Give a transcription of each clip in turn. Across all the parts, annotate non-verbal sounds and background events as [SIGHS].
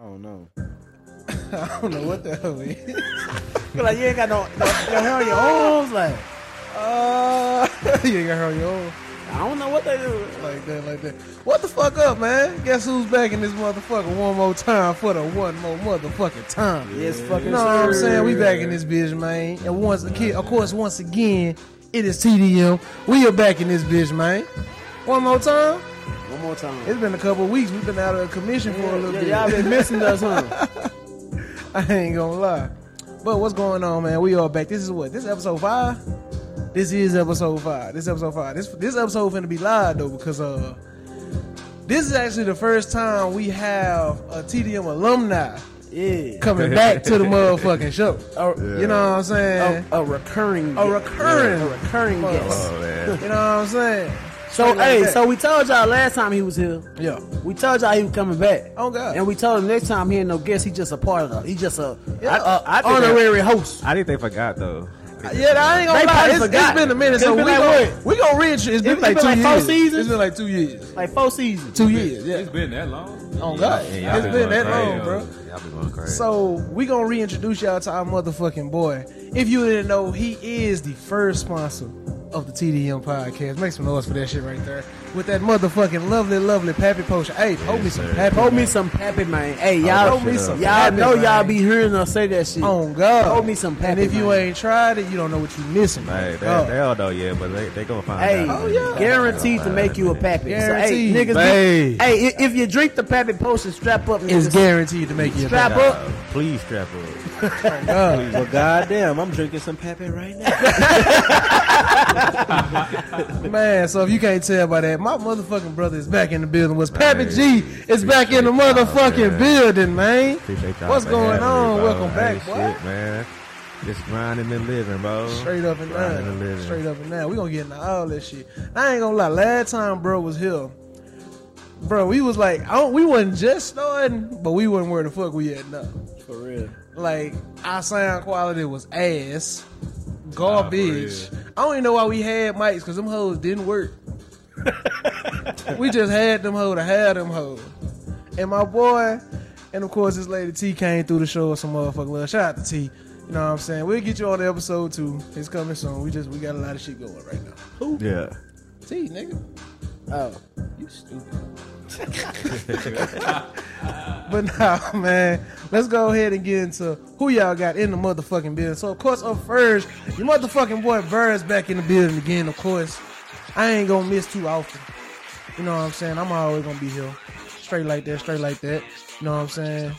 Oh, don't know. I don't know what the hell it is. [LAUGHS] Feel like you ain't got no, no your hair on your arms. Like Uh, you ain't got her on your own. I don't know what they do. Like that, like that. What the fuck up, man? Guess who's back in this motherfucker one more time for the one more motherfucking time. Yes, fucking. You know what I'm sir. saying? We back in this bitch, man. And once again, of course, once again, it is TDM. We are back in this bitch, man. One more time. One more time. It's been a couple of weeks. We've been out of commission for a little Yeah, bit. [LAUGHS] y'all been missing us, huh? I ain't gonna lie. But what's going on, man? We are back. This is what? This is episode five? This is episode five. This is episode five. This this episode finna be live though, because uh this is actually the first time we have a TDM alumni Yeah. [LAUGHS] coming back to the motherfucking show. Uh, A, You know what I'm a, saying? a recurring. A guest. recurring. Yeah, a recurring Fuck. guest. Oh man. You know what I'm saying? So Straight like hey, that. so we told y'all last time he was here. yeah. We told y'all he was coming back. Oh, God. And we told him next time he ain't no guest. He just a part of the. He just a Yeah. I think honorary host. I think they forgot though. Yeah, I They ain't gonna lie. probably It's, it's forgot. been a minute, It's so we been like gon' what? we gon' reach. It's been It's like been two like years. four seasons? It's been like two years. Like four seasons. Two years. Yeah. It's been that long. Oh God, Yeah, y'all it's been going that crazy, long, bro. yo. Y'all been going crazy. So we gonna reintroduce y'all to our motherfucking boy. If you didn't know, he is the first sponsor of the TDM podcast. Make some noise for that shit right there. With that motherfucking lovely, lovely Pappy Potion. Hey, hold me some sir. Pappy. Hold me some pappy, man. Hey, y'all, Hold me some y'all pappy, know y'all man. Oh, be hearing us say that shit. on God. Hold me some And Pappy, if you man. ain't tried it, you don't know what you missing. Hey, man. they, Oh. they all know, yeah, but they, they gonna find Hey, Oh, out. guaranteed to make you a pappy. Guaranteed. So, hey, niggas, Hey. get- hey, i- if you drink the pappy potion, strap up. It's niggas. guaranteed to make you a Strap Pappy. up. Uh, please strap up. God. Well, goddamn, I'm drinking some Pepe right now. Man, so if you can't tell by that, my motherfucking brother is back in the building. Was Pappy Hey, G is back in the appreciate y'all, motherfucking man. building, man. Appreciate y'all. What's for going having on? Me, bro. Welcome back, hey, boy. Shit, man. Just grinding and living, bro. Straight up and grinding and down. living. Straight up and down. We gonna get into all that shit. I ain't gonna lie. Last time, bro was here. Bro, we was like, I don't, we wasn't just starting, but we wasn't where the fuck we at now. For real. Like our sound quality was ass, Nah, garbage. for I don't even know why we had mics because them hoes [LAUGHS] didn't work. we just had them hoe to have them hoe, and my boy, and of course this lady T came through the show with some motherfucking love. Shout out to T. You know what I'm saying? We'll get you on the episode too. It's coming soon. We just we got a lot of shit going right now. Yeah. T nigga, Oh, you stupid. But [LAUGHS] nah, man, let's go ahead and get into who y'all got in the motherfucking building. So, of course, up first, your motherfucking boy Bird's back in the building again, of course. I ain't gonna miss too often. You know what I'm saying? I'm always gonna be here. Straight like that, straight like that. You know what I'm saying?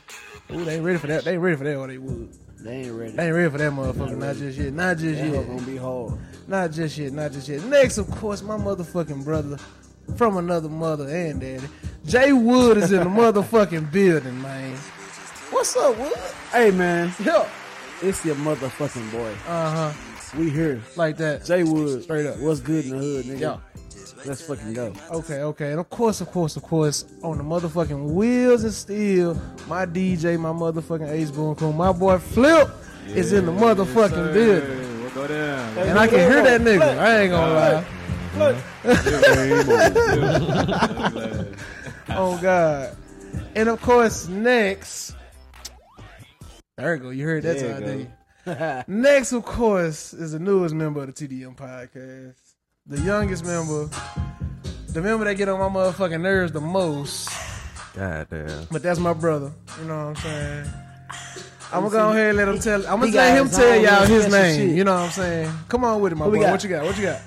Ooh, they ain't ready for that. They ain't ready for that, or they would. they ain't ready. They ain't ready for that motherfucker. Not just yet. Not just That hoe yet. gonna be hard. Not just yet, not just yet. Next, of course, my motherfucking brother from another mother and daddy. Jay Wood is in the [LAUGHS] motherfucking building, man. What's up, Wood? Hey, man, Yo. it's your motherfucking boy. Uh huh. We here. Like that. Jay Wood, Straight up. What's good in the hood, nigga? Yeah. Let's fucking go. Okay, okay. And of course, of course, of course, on the motherfucking wheels and steel, my DJ, my motherfucking Ace Boom Coon, my boy Flip is in the motherfucking building. Hey, what go down? And I can hear that nigga. I ain't gonna lie. [LAUGHS] Oh God. And of course, next. There you go. You heard that There time, you didn't [LAUGHS] you? next, of course, is the newest member of the TDM podcast, the youngest member, the member that get on my motherfucking nerves the most. God damn. But that's my brother. You know what [SIGHS] I'm saying? I'm gonna go ahead and let him tell. I'm He gonna got let him his tell own y'all little his special name. shit. You know what I'm saying? Come on with it, my Who we boy. got? What you got? What you got?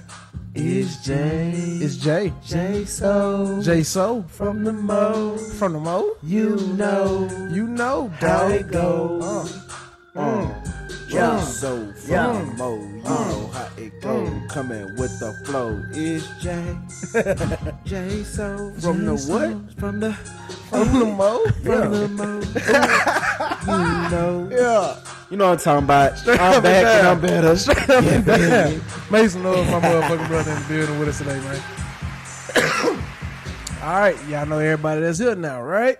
Is Jay? It's Jay. Jay so? Jay So from the mo? from the Mo. You know You know, How dog. it goes. Uh. Yeah. so from Yeah. Mo, you know how it go. Coming with the flow is Jay. Jay so from the what? From the Uh, From [LAUGHS] the mo? from the Mo. you know. Yeah. You know what I'm talking about. I'm up and back and down. I'm better. [LAUGHS] Straight up and down. Make some noise, my motherfucking brother in the building with us today, man. [COUGHS] All right, y'all know everybody that's here now, right?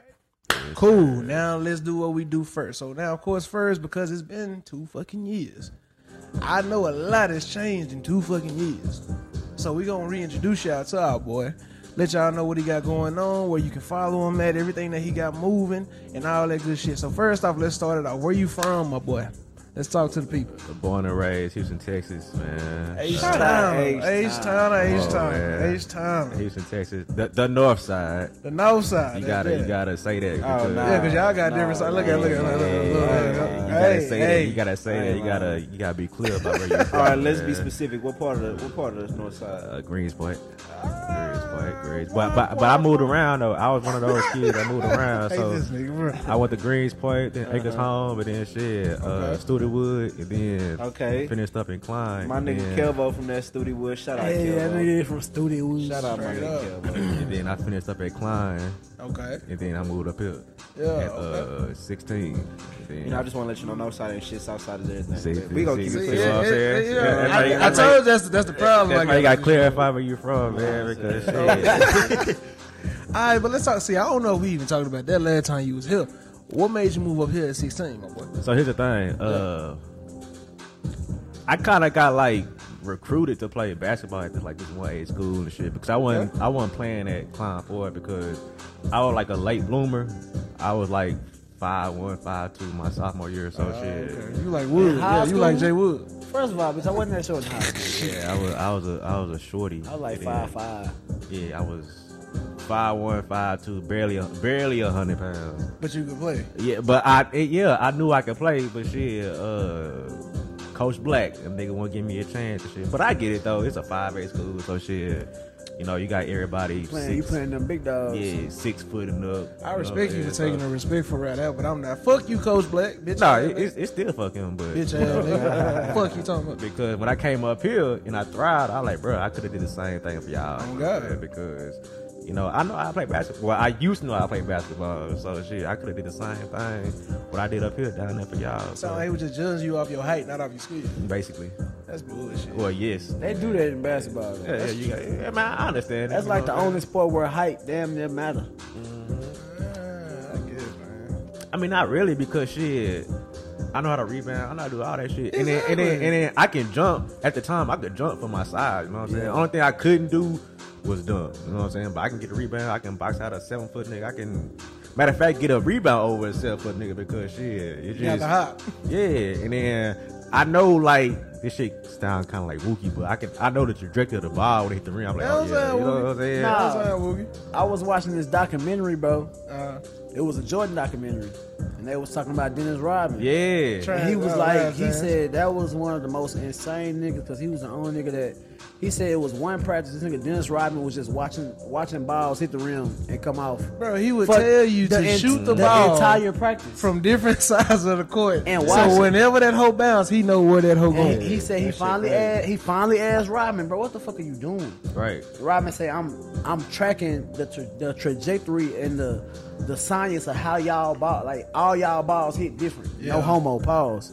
Cool. Now let's do what we do first. So now, of course, first because it's been two fucking years. I know a lot has changed in two fucking years. So we gonna reintroduce y'all to our boy, let y'all know what he got going on, where you can follow him at, everything that he got moving, and all that good shit. So first off, let's start it off. Where you from, my boy? Let's talk to the people. Born and raised Houston, Texas, man. H Uh, Town, H-Town. H Town, H Oh, Town, man. H Town, Houston, Texas, the, the North Side. the North Side. You that's gotta, it. Oh, you gotta say that. because- no. Yeah, cause y'all got No, different. side. Look no, at, look at, Yeah, look at, look at, look yeah, at. yeah. look You at. gotta Hey, say hey. that. You gotta say that. You gotta, you gotta be clear [LAUGHS] about where you're from. All right, let's be man. specific. What part of the what part of the north side? Uh, Greens Point. Greens Point, Greens. But, but but I moved around though. I was one of those kids that moved [LAUGHS] around. Hey, So this nigga, bro. Uh-huh. I went to Greens Point, then Acres Home, and then shit, uh, Studewood, and then Okay. finished up in Klein. My and nigga then, Kelvo from that studio wood. Shout out Hey, that Kelvo. nigga from Studio. Shout out my Straight nigga up. Kelvo. And then I finished up at Klein, Okay. and then I moved up here Yeah, at okay. uh, 16. And then You know, I just want to let you know north side ain't shit, south side is everything. See, But we gonna see, keep it Yeah, see, You clear. know what I'm yeah, saying? yeah. Everybody- I- I everybody- told you that's that's the problem. that's why I you gotta clarify where you're from, man. Because Oh, shit, All right, but let's talk. See, I don't know if we even talked about that last time you was here. What made you move up here at 16, my boy? So here's the thing. Uh, I kind of got like recruited to play basketball at this, like this one A school and shit because I wasn't I wasn't playing at Klein Ford because I was like a late bloomer. I was like five one, five two my sophomore year or so Oh, shit. You like Wood. high Yeah, you like school? Jay Wood. First of all, bitch, I wasn't that short in high school. Yeah, I was I was a I was a shorty. I was like And five five. Yeah, I was five one, five two, barely a, barely a hundred pounds. But you can play. Yeah, but I it, yeah I knew I could play, but shit, uh, Coach Black, them nigga won't give me a chance and shit. But I get it though. It's a five A school, so shit. You know, you got everybody Playing, you six, playing them big dogs. yeah, six foot and up. uh, I respect you for taking a a. respectful route out, but I'm not. Fuck you, Coach Black. Bitch. No, ass it, it's, nigga. it's still fucking, but bitch ass [LAUGHS] nigga. Fuck you talking about. because when I came up here and I thrived, I like, bro, I could have did the same thing for y'all. Oh, God. Yeah, Because, you know, I know I play basketball. Well, I used to know I play basketball, so shit, I could have did the same thing what I did up here down there for y'all. So they So, would just judge you off your height, not off your skill. basically, That's bullshit. well, yes, They do that in basketball. though. Yeah, yeah, you got, yeah, man, I understand. That's You like know the what I'm only sport where height damn near matter. I guess, man. saying? I mean, not really because shit. I know how to rebound. I know how to do all that shit. And then, and then, Exactly. and then I can jump. At the time, I could jump for my size. You know what I'm saying? The only thing I couldn't do was dunk. You know what I'm saying? But I can get a rebound. I can box out a seven foot nigga. I can, matter of fact, get a rebound over a seven foot nigga because shit, it You got just the hop. [LAUGHS] yeah. And then I know like this shit sound kind of like Wookie, but I can I know the trajectory of the ball when it hit the ring. I'm like, That oh, don't yeah, sound you know what I'm Wookie. saying? Nah. That's all right, Woogie. I was watching this documentary, bro. Uh, It was a Jordan documentary, and they was talking about Dennis Rodman. Yeah. Try- And he was Oh, like, that's he ass. said that was one of the most insane niggas because he was the only nigga that he said it was one practice. This nigga Dennis Rodman was just watching watching balls hit the rim and come off. bro, he would For tell you to en- shoot the, ball entire practice. from different [LAUGHS] sides of the court. And watch so it. whenever that hoe bounce, he know where that hoe and going. he, he said he That shit finally crazy. asked, he finally asked Rodman, bro, what the fuck are you doing? Right. Rodman say, I'm I'm tracking the tra- the trajectory and the the science of how y'all ball like all y'all balls hit different. Yeah. No homo pause.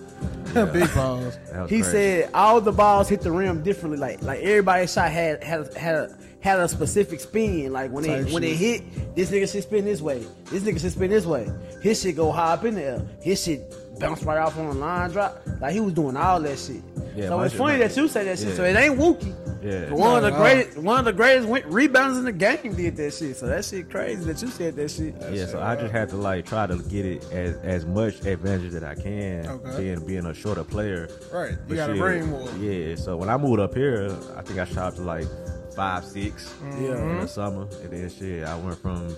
[LAUGHS] big balls. That was He crazy. said all the balls hit the rim differently. Like like everybody's shot had had a, had a, had a specific spin. Like when Type it when it hit, this nigga should spin this way. This nigga should spin this way. His shit go high up in the air. His shit bounce right off on a line drop. Like he was doing all that shit. Yeah, so my it's shit funny might- that you say that shit. yeah. So it ain't Wookie. Yeah. One of Not the at all. greatest one of the greatest win- rebounders in the game did that shit. So that shit crazy that you said that shit. yeah, so I just have to like try to get it as as much advantage that I can, Okay. being being a shorter player. Right, you But gotta shit, bring more. Yeah, so when I moved up here, I think I shot up to like five six Yeah. in the summer, and then shit, I went from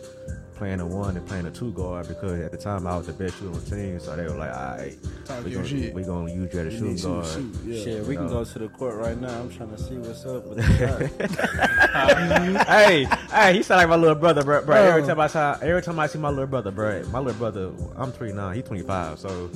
playing a one and playing a two guard because at the time I was the best shooter on the team, so they were like, all right, Talk we your gonna, shit." we gonna use you as a Need shooting you to guard. shoot, yeah. Shit, we can No. go to the court right now. I'm trying to see what's up with the shot. hey, hey, he sound like my little brother, bro. Bro. bro. Every time I saw, every time I see my little brother, bro, my little brother, I'm 39, he's 25. So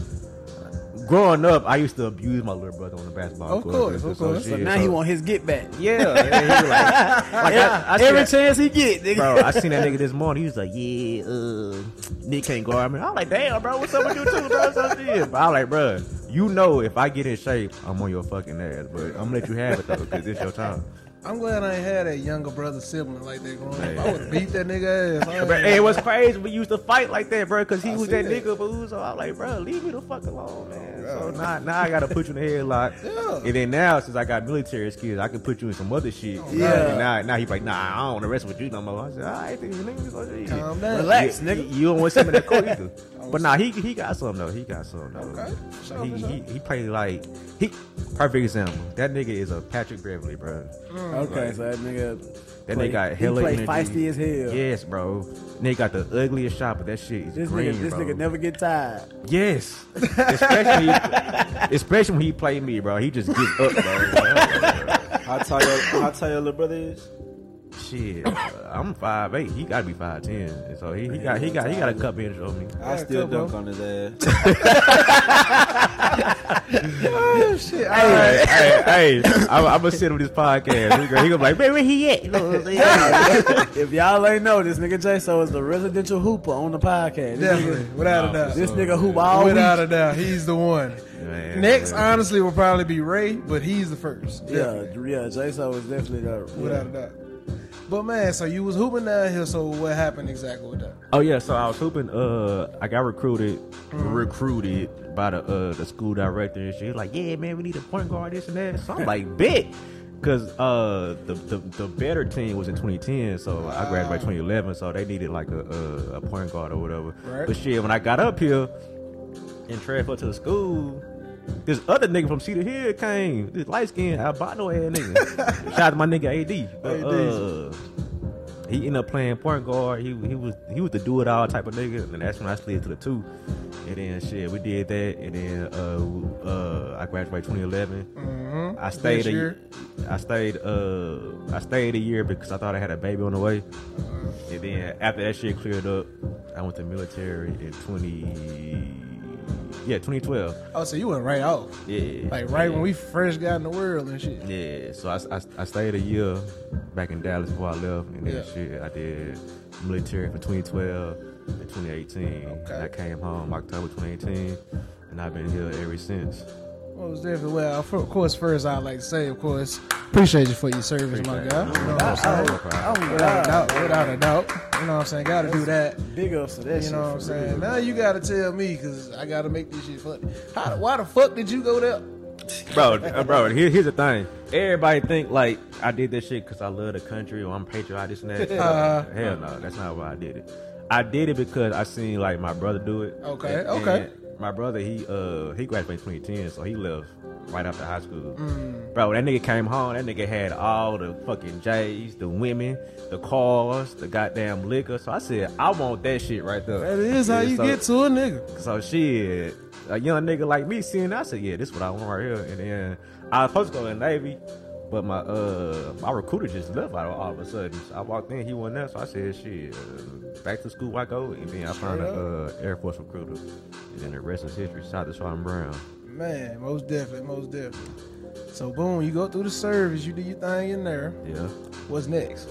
growing up, I used to abuse my little brother on the basketball Of court. course, of So, course. shit, So now so- he want his get back. [LAUGHS] Yeah, yeah, he was like, like I, I seen Every that- chance he get, nigga. Bro, I seen that nigga this morning. He was like, "Yeah, uh, Nick can't guard me." I'm like, "Damn, bro, what's up with you too, bro?" So shit. But I'm like, "Bro, you know, if I get in shape, I'm on your fucking ass." But I'm gonna let you have it though, because it's your time. I'm glad I ain't had a younger brother sibling like that growing Hey. up. I would have beat that nigga ass. I ain't- Bro, hey, it [LAUGHS] was crazy. We used to fight like that, bro, because he I was see that that. Oh, nigga. But we was all like, bro, leave me the fuck alone, man. So now, now I gotta put you in the headlock. Yeah. And then now, since I got military skills, I can put you in some other shit. Oh, Yeah. And now, now he's like, nah, I don't want to wrestle with you no more. I said, all right, then, nigga, so shit. Calm down. Relax, You- nigga. You don't want something in [LAUGHS] that court either. But nah, he he got something though. He got something though. Okay. Show He, me he he played like he perfect example. That nigga is a Patrick Beverly, bro. Okay, so that nigga. That play- nigga got he hella play energy. feisty as hell. Yes, bro. Nigga got the ugliest shot, but that shit is This green, nigga, this bro. nigga never get tired. Yes, especially especially when he played me, bro. He just gets up, bro. [LAUGHS] How tall your how tall your little brother is? Shit, bro. I'm five eight. He gotta be five ten, and so he, he got he got he got a cup in on me. I Yeah, still come, bro. dunk on his ass. Oh shit! All right. Hey, hey, hey, I'm, I'm gonna sit with this podcast. He gonna, he gonna be like, man, where he at? You know what I'm saying? If y'all ain't know, this nigga J So is the residential hooper on the podcast. This Definitely, [LAUGHS] nigga- without a doubt. This nigga hoop all week. without a doubt, he's the one. Man, Next, man. honestly, will probably be Ray, but he's the first. Yeah, yeah, J So is definitely the without a doubt. But man, so you was hooping down here. So what happened exactly with that? Oh yeah, so I was hooping. Uh, I got recruited, recruited by the uh the school director and shit. Like, yeah, man, we need a point guard, this and that. So I'm like, big, because uh the, the the better team was in 2010, so I graduated 2011, so they needed like a a, a point guard or whatever. Right. But shit, when I got up here and transferred to the school. This other nigga from Cedar Hill came. This light skinned albino ass nigga. Shout out to my nigga AD. But, AD. uh, he ended up playing point guard. He he was he was the do it all type of nigga, and that's when I slid to the two. And then shit, we did that, and then uh uh I graduated 2011. Mm-hmm. I stayed This a year? I stayed uh I stayed a year because I thought I had a baby on the way. Mm-hmm. And then after that shit cleared up, I went to military in 20 yeah 2012. Oh, so you went right off, Yeah, like right yeah. when we first got in the world and shit. Yeah, so I, I, I stayed a year back in Dallas before I left, and then Yeah. shit, I did military for 2012 and 2018. Okay. And I came home October 2018, and I've been here ever since. Well, it was definitely well. for- Of course, first I'd like to say, of course, appreciate you for your service, my guy. You know what I'm saying? Oh Without a doubt, without a doubt. You know what I'm saying? Got to do that. big ups to that You shit. know what I'm for real. saying? Now you gotta tell me because I gotta make this shit funny. How, why the fuck did you go there? bro, uh, bro. Here, here's the thing. Everybody think like I did this shit because I love the country or I'm patriotic. This and [LAUGHS] that. Uh-huh. Hell no, that's not why I did it. I did it because I seen like my brother do it. Okay, And- okay. and My brother, he uh he graduated in 2010, so he left right after high school. Mm. Bro, that nigga came home. That nigga had all the fucking J's, the women, the cars, the goddamn liquor. So I said, I want that shit right there. That is how Yeah, you so- get to a nigga. so shit, a young nigga like me seeing, that, I said, yeah, this what I want right here. And then I was supposed to go in the Navy, but my uh my recruiter just left out all of a sudden. So I walked in, he wasn't there, so I said, shit, uh, back to school I go. And then I found a uh, Air Force recruiter, and then the rest is history. Shout out to Sean Brown. Man, most definitely, most definitely. So boom, you go through the service, you do your thing in there. Yeah. What's next?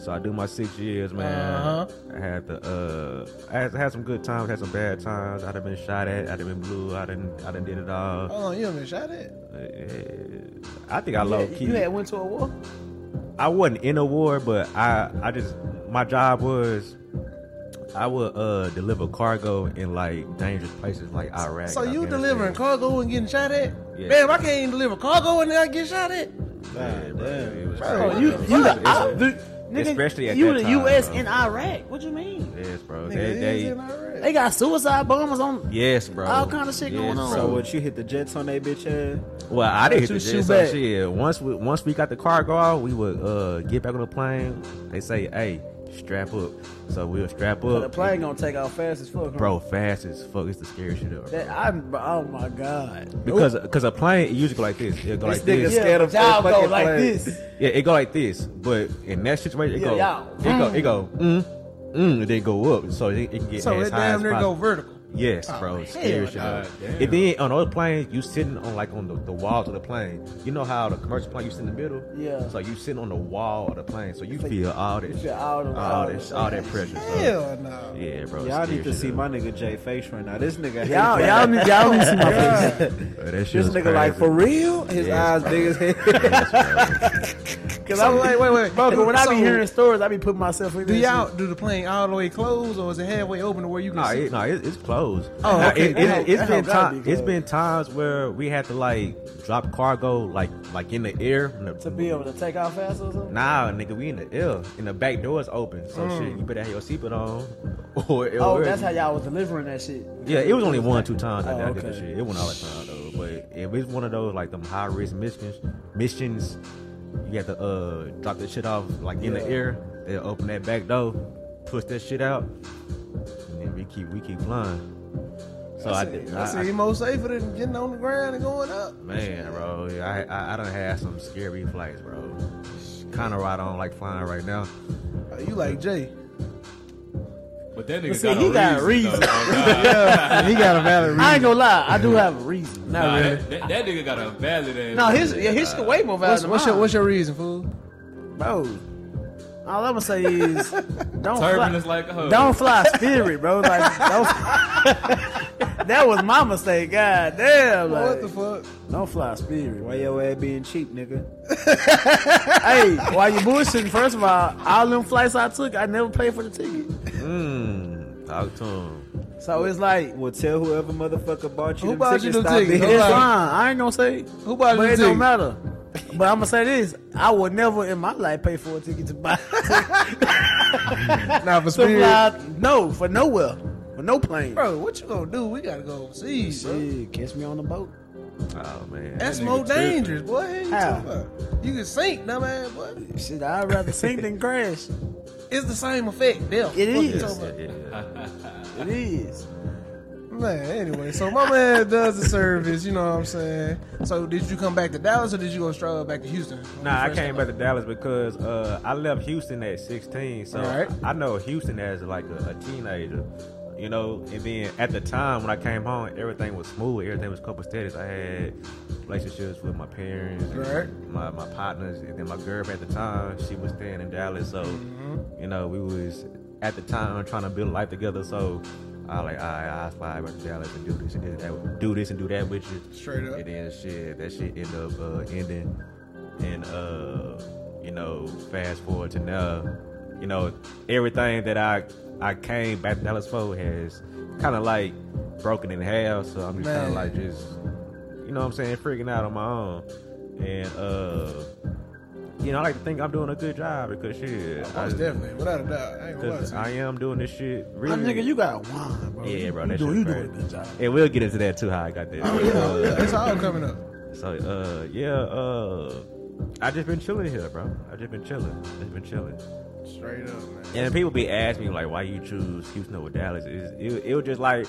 So I do my six years, man. Uh-huh. I had the uh, I had, I had some good times, had some bad times. I'd have been shot at, I'd have been blue, I didn't, I done did it all. Oh. Hold on, Oh, you haven't been shot at. Uh, I think I low key. You had went to a war? I wasn't in a war, but I I just my job was I would uh deliver cargo in like dangerous places like Iraq. So and you Afghanistan. delivering cargo and getting shot at? Yeah. Damn, I can't even deliver cargo and then I get shot at. Yeah, bro, it was Oh, crazy. you, you the, I, the nigga, Especially at you that the time, U.S. bro. in Iraq. What you mean? Yes, bro. Nigga, They, it they- is in Iraq. They got suicide bombers on. yes, bro. All kind of shit Yes, going on. bro. So what you hit the jets on that bitch ass? Well, I didn't hit you the shoot jet. So back. shit, once we once we got the cargo, out, we would uh get back on the plane. They say, "Hey, strap up." So we'll strap But the up, plane gonna take off fast as fuck, huh? bro. Fast as fuck. It's the scariest shit ever. That I, oh my god. Because because a plane it usually go like this. It go This like nigga this. scared of y'all that go fucking like plane. this. Yeah, it go like this, but in that situation, it Yeah, go, y'all. it go, it go, mm, mm, and then go up, so it, it can get So as it high damn as near go possible. vertical. Yes, Oh, bro, hell scary shit. no. And then on other planes, you sitting on like on the, the walls of the plane. You know how the commercial plane you sit in the middle. Yeah. So you sitting on the wall of the plane, so you like- feel all that, you shit, feel all the- all all the that, all that pressure. so- Hell no. yeah, bro. it's Y'all scary need to shit, see though. my nigga Jay face right now. This nigga, Y'all, y'all need, y'all need to see my face. Uh, that shit This was nigga like crazy. for real? His Yes, eyes big as hell. [LAUGHS] Yes, bro. Cause I'm like, wait, wait, bro. 'cause when I So- be hearing stories, I be putting myself in. Do this y'all shit. do the plane all the way closed or is it halfway open to where you can Nah, see? it, nah, it, it's closed. Oh, Now, okay, It, that help- has that been help gotta time. be it's been times where we had to like drop cargo like like in the air. in the- to [LAUGHS] be able to take off fast or something. Nah, nigga, we in the ill, and the back door is open. So shit, you better have your seatbelt on. [LAUGHS] Or it Mm. Oh, will- that's how y'all was delivering that shit. Yeah, it was only one, two times I, Oh, I did this okay. shit. It went all the time though. But if it's one of those like them high risk missions, missions, you have to uh drop that shit off like in the Yeah. air. They will open that back door, push that shit out, and then we keep we keep flying. So I did. I I, see you more safer than getting on the ground and going up. Man, bro, I I, I done had some scary flights, bro. Kind of right on like flying right now. Oh, You like Jay? But that nigga see, got, he a got a reason. though. [LAUGHS] Oh, God. he got a valid reason. I ain't gonna lie, I do have a reason. Nah, Not really. that, that, that nigga got a valid ass. No, his yeah, his shit way more valid What's, than what's your mine. What's your reason, fool? bro? All I'm gonna say [LAUGHS] is don't turban fly, is like a hoe. don't fly spirit, bro. Like don't, [LAUGHS] that was my mistake. God damn, what like, the fuck? don't fly spirit. Why your ass being cheap, nigga? hey, while you bullshitting, first of all, all them flights I took, I never paid for the ticket. Mmm, talk to him. So it's like, Well, tell whoever motherfucker bought you Who them bought you tickets, them stop tickets? being- it's like- fine. I ain't gonna say, Who bought but you it don't ticket? matter. But I'm gonna say this: I would never in my life pay for a ticket to buy [LAUGHS] Nah, for to spirit. fly. No, for nowhere, for no plane. Bro, what you gonna do? We gotta go overseas. bro. Shit, catch me on the boat. Oh man. That's That nigga more tripping. dangerous, boy. What you How? talking about? You can sink, dumbass, boy. Shit, I'd rather sink than crash. It's the same effect. There. It What you is. talking Yeah, about? yeah, yeah. It is. Man, anyway, so my man does the service, you know what I'm saying? So did you come back to Dallas or did you go straight up back to Houston? Nah, I came back to Dallas because uh, I left Houston at 16, so Alright. I I know Houston as like a, a teenager, you know. And then at the time when I came home, everything was smooth. Everything was couple status. I had relationships with my parents, and Alright. my my partners, and then my girlfriend at the time she was staying in Dallas, so Mm-hmm. you know we was at the time trying to build a life together. So. I was like, all right, I'll fly back to Dallas and do this and do that, do this and do that with you. Straight up. And then shit, that shit ended up uh, ending, and uh, you know, fast forward to now, you know, everything that I I came back to Dallas for has kind of like broken in half. So I'm just Man. kind of like just, you know, what I'm saying, freaking out on my own, and uh, you know, I like to think I'm doing a good job because shit, I, Most definitely, without a doubt. I ain't gonna lie because to you. I am doing this shit. My Really, nigga, you got wine, bro. yeah, bro, you, that do, shit you crazy. doing a good job. And we'll get into that too. How I got there. Oh, yeah, yeah, it's all coming up. So uh yeah, uh I just been chilling here, bro. I just been chilling. Just been chilling. Straight up, man. And people be asking me like why you choose Houston over Dallas. It's, it, it was just like,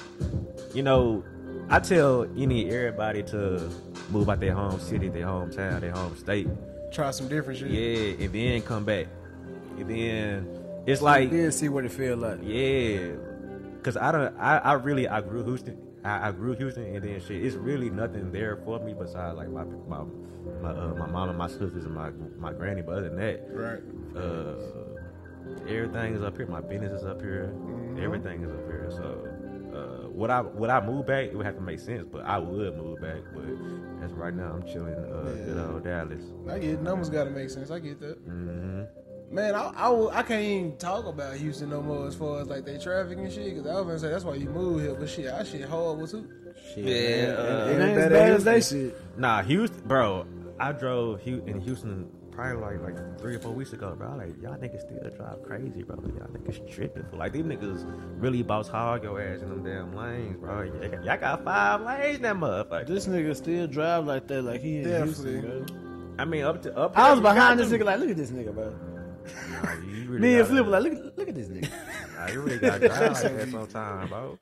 you know, I tell any everybody to move out their home city, their hometown, their home state. Try some different shit. Yeah, and then come back. And then it's like Then see what it feel like. yeah, cause I don't. I, I really I grew Houston. I, I grew Houston, and then shit. It's really nothing there for me besides like my my my, uh, my mom and my sisters and my my granny. But other than that, Right. uh, everything is up here. My business is up here. Everything is up here. So. Uh, would I would I move back? It would have to make sense, but I would move back. But as of right now, I'm chilling uh, good old Dallas. I get numbers gotta make sense. I get that. Mm-hmm. Man, I, I, will- I can't even talk about Houston no more as far as like they traffic and shit. Cause I was gonna say that's why you moved here, but shit, I shit horrible too. Shit, Yeah, man. uh, It Ain't it ain't better as bad than as they shit. Nah, Houston, bro. I drove Hu- in Houston probably like like three or four weeks ago, bro. Like y'all niggas still drive crazy, bro. Y'all niggas tripping. Like these niggas really bounce hard your ass in them damn lanes, bro. Y'all y'all got five lanes, in that motherfucker. This nigga still drive like that, like he in Definitely. Houston, bro. I mean, up to up. I was here, you behind got this nigga, them. like, look at this nigga, bro. Nah, you really Me and gotta- Flip, were like, look, look at this nigga. Nah, you really got [LAUGHS] drive like that sometime, bro.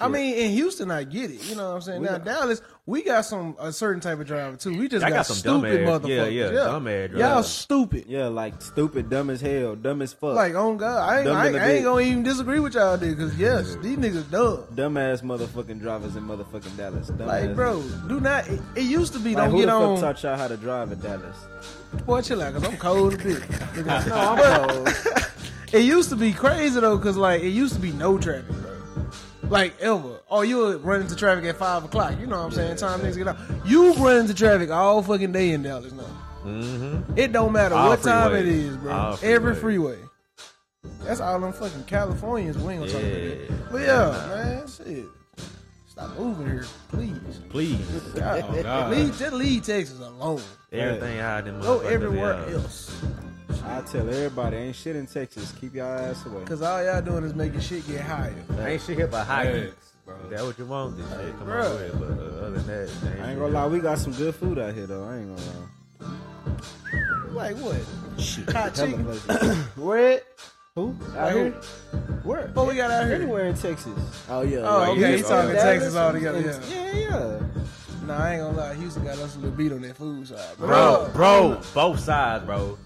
I mean, in Houston, I get it. You know what I'm saying? now, Dallas, we got some a certain type of driver too. We just Y'all got, got some stupid dumb ass- motherfuckers. yeah, yeah, dumb ass Y'all drivers. stupid. Yeah, like stupid, dumb as hell, dumb as fuck, Like, on God, I ain't, Dumb I, in ain't- the I ain't bit. gonna even disagree with y'all, dude. Cause yes, these niggas dumb. dumbass motherfucking drivers in motherfucking Dallas. Dumbass. Like, bro, do not. It, it used to be like, don't who get the fuck on. taught y'all how to drive in Dallas? Boy, chill out, cause I'm cold a bit. Nigga, No, I'm cold. [LAUGHS] it used to be crazy though, cause like it used to be no traffic, bro. Like ever, or you would run into traffic at five o'clock. You know what I'm saying? Time things get out. You run into traffic all fucking day in Dallas now. It don't matter Mm-hmm. All what time it freeways. is, bro. All Every freeways. freeway. That's all them fucking Californians. We ain't gonna talk about Yeah. that. But yeah, man, shit. Stop moving here, please. Please. [LAUGHS] Oh, God. Leave, just leave Texas alone. Everything how them Go motherfuckers everywhere are. else. I tell everybody, ain't shit in Texas. Keep y'all ass away. Cause all y'all doing is making shit get higher. Ain't shit here but high Hey, kicks. bro. That what you want this shit. Come Bruh. on with it. But uh, other than I that, ain't ain't shit gonna here. lie, we got some good food out here though. I ain't gonna lie. Like what? Hot Hella [COUGHS] chicken. places. Where? at? Who? Out who? here? Where? What we got out here? Anywhere in Texas. Oh yeah. Oh, like, okay. yeah, He's talking Dallas Texas and- all together. Yeah. and- Yeah, yeah. Nah, I ain't gonna lie. Houston got us a little beat on that food side. But, Bro, uh, bro, both sides, bro.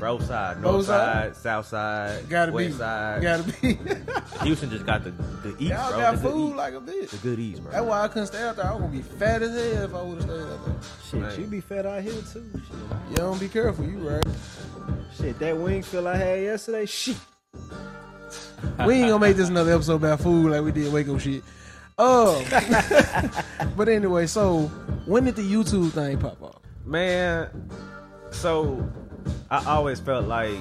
Both sides, north Both side, sides? south side, Gotta west be. side. Gotta be. [LAUGHS] Houston just got the the east, Y'all bro. got the good food east. like a bitch. the good east, bro. That's why I couldn't stay out there. I was gonna be fat as hell if I would have stayed out there. Shit, Man. you be fed out here too. Shit. You don't be careful, you right. Shit, that wing feel I had yesterday. Shit. we ain't gonna make this another episode about food like we did Waco shit. Um, [LAUGHS] but anyway, so when did the YouTube thing pop off? Man, so I always felt like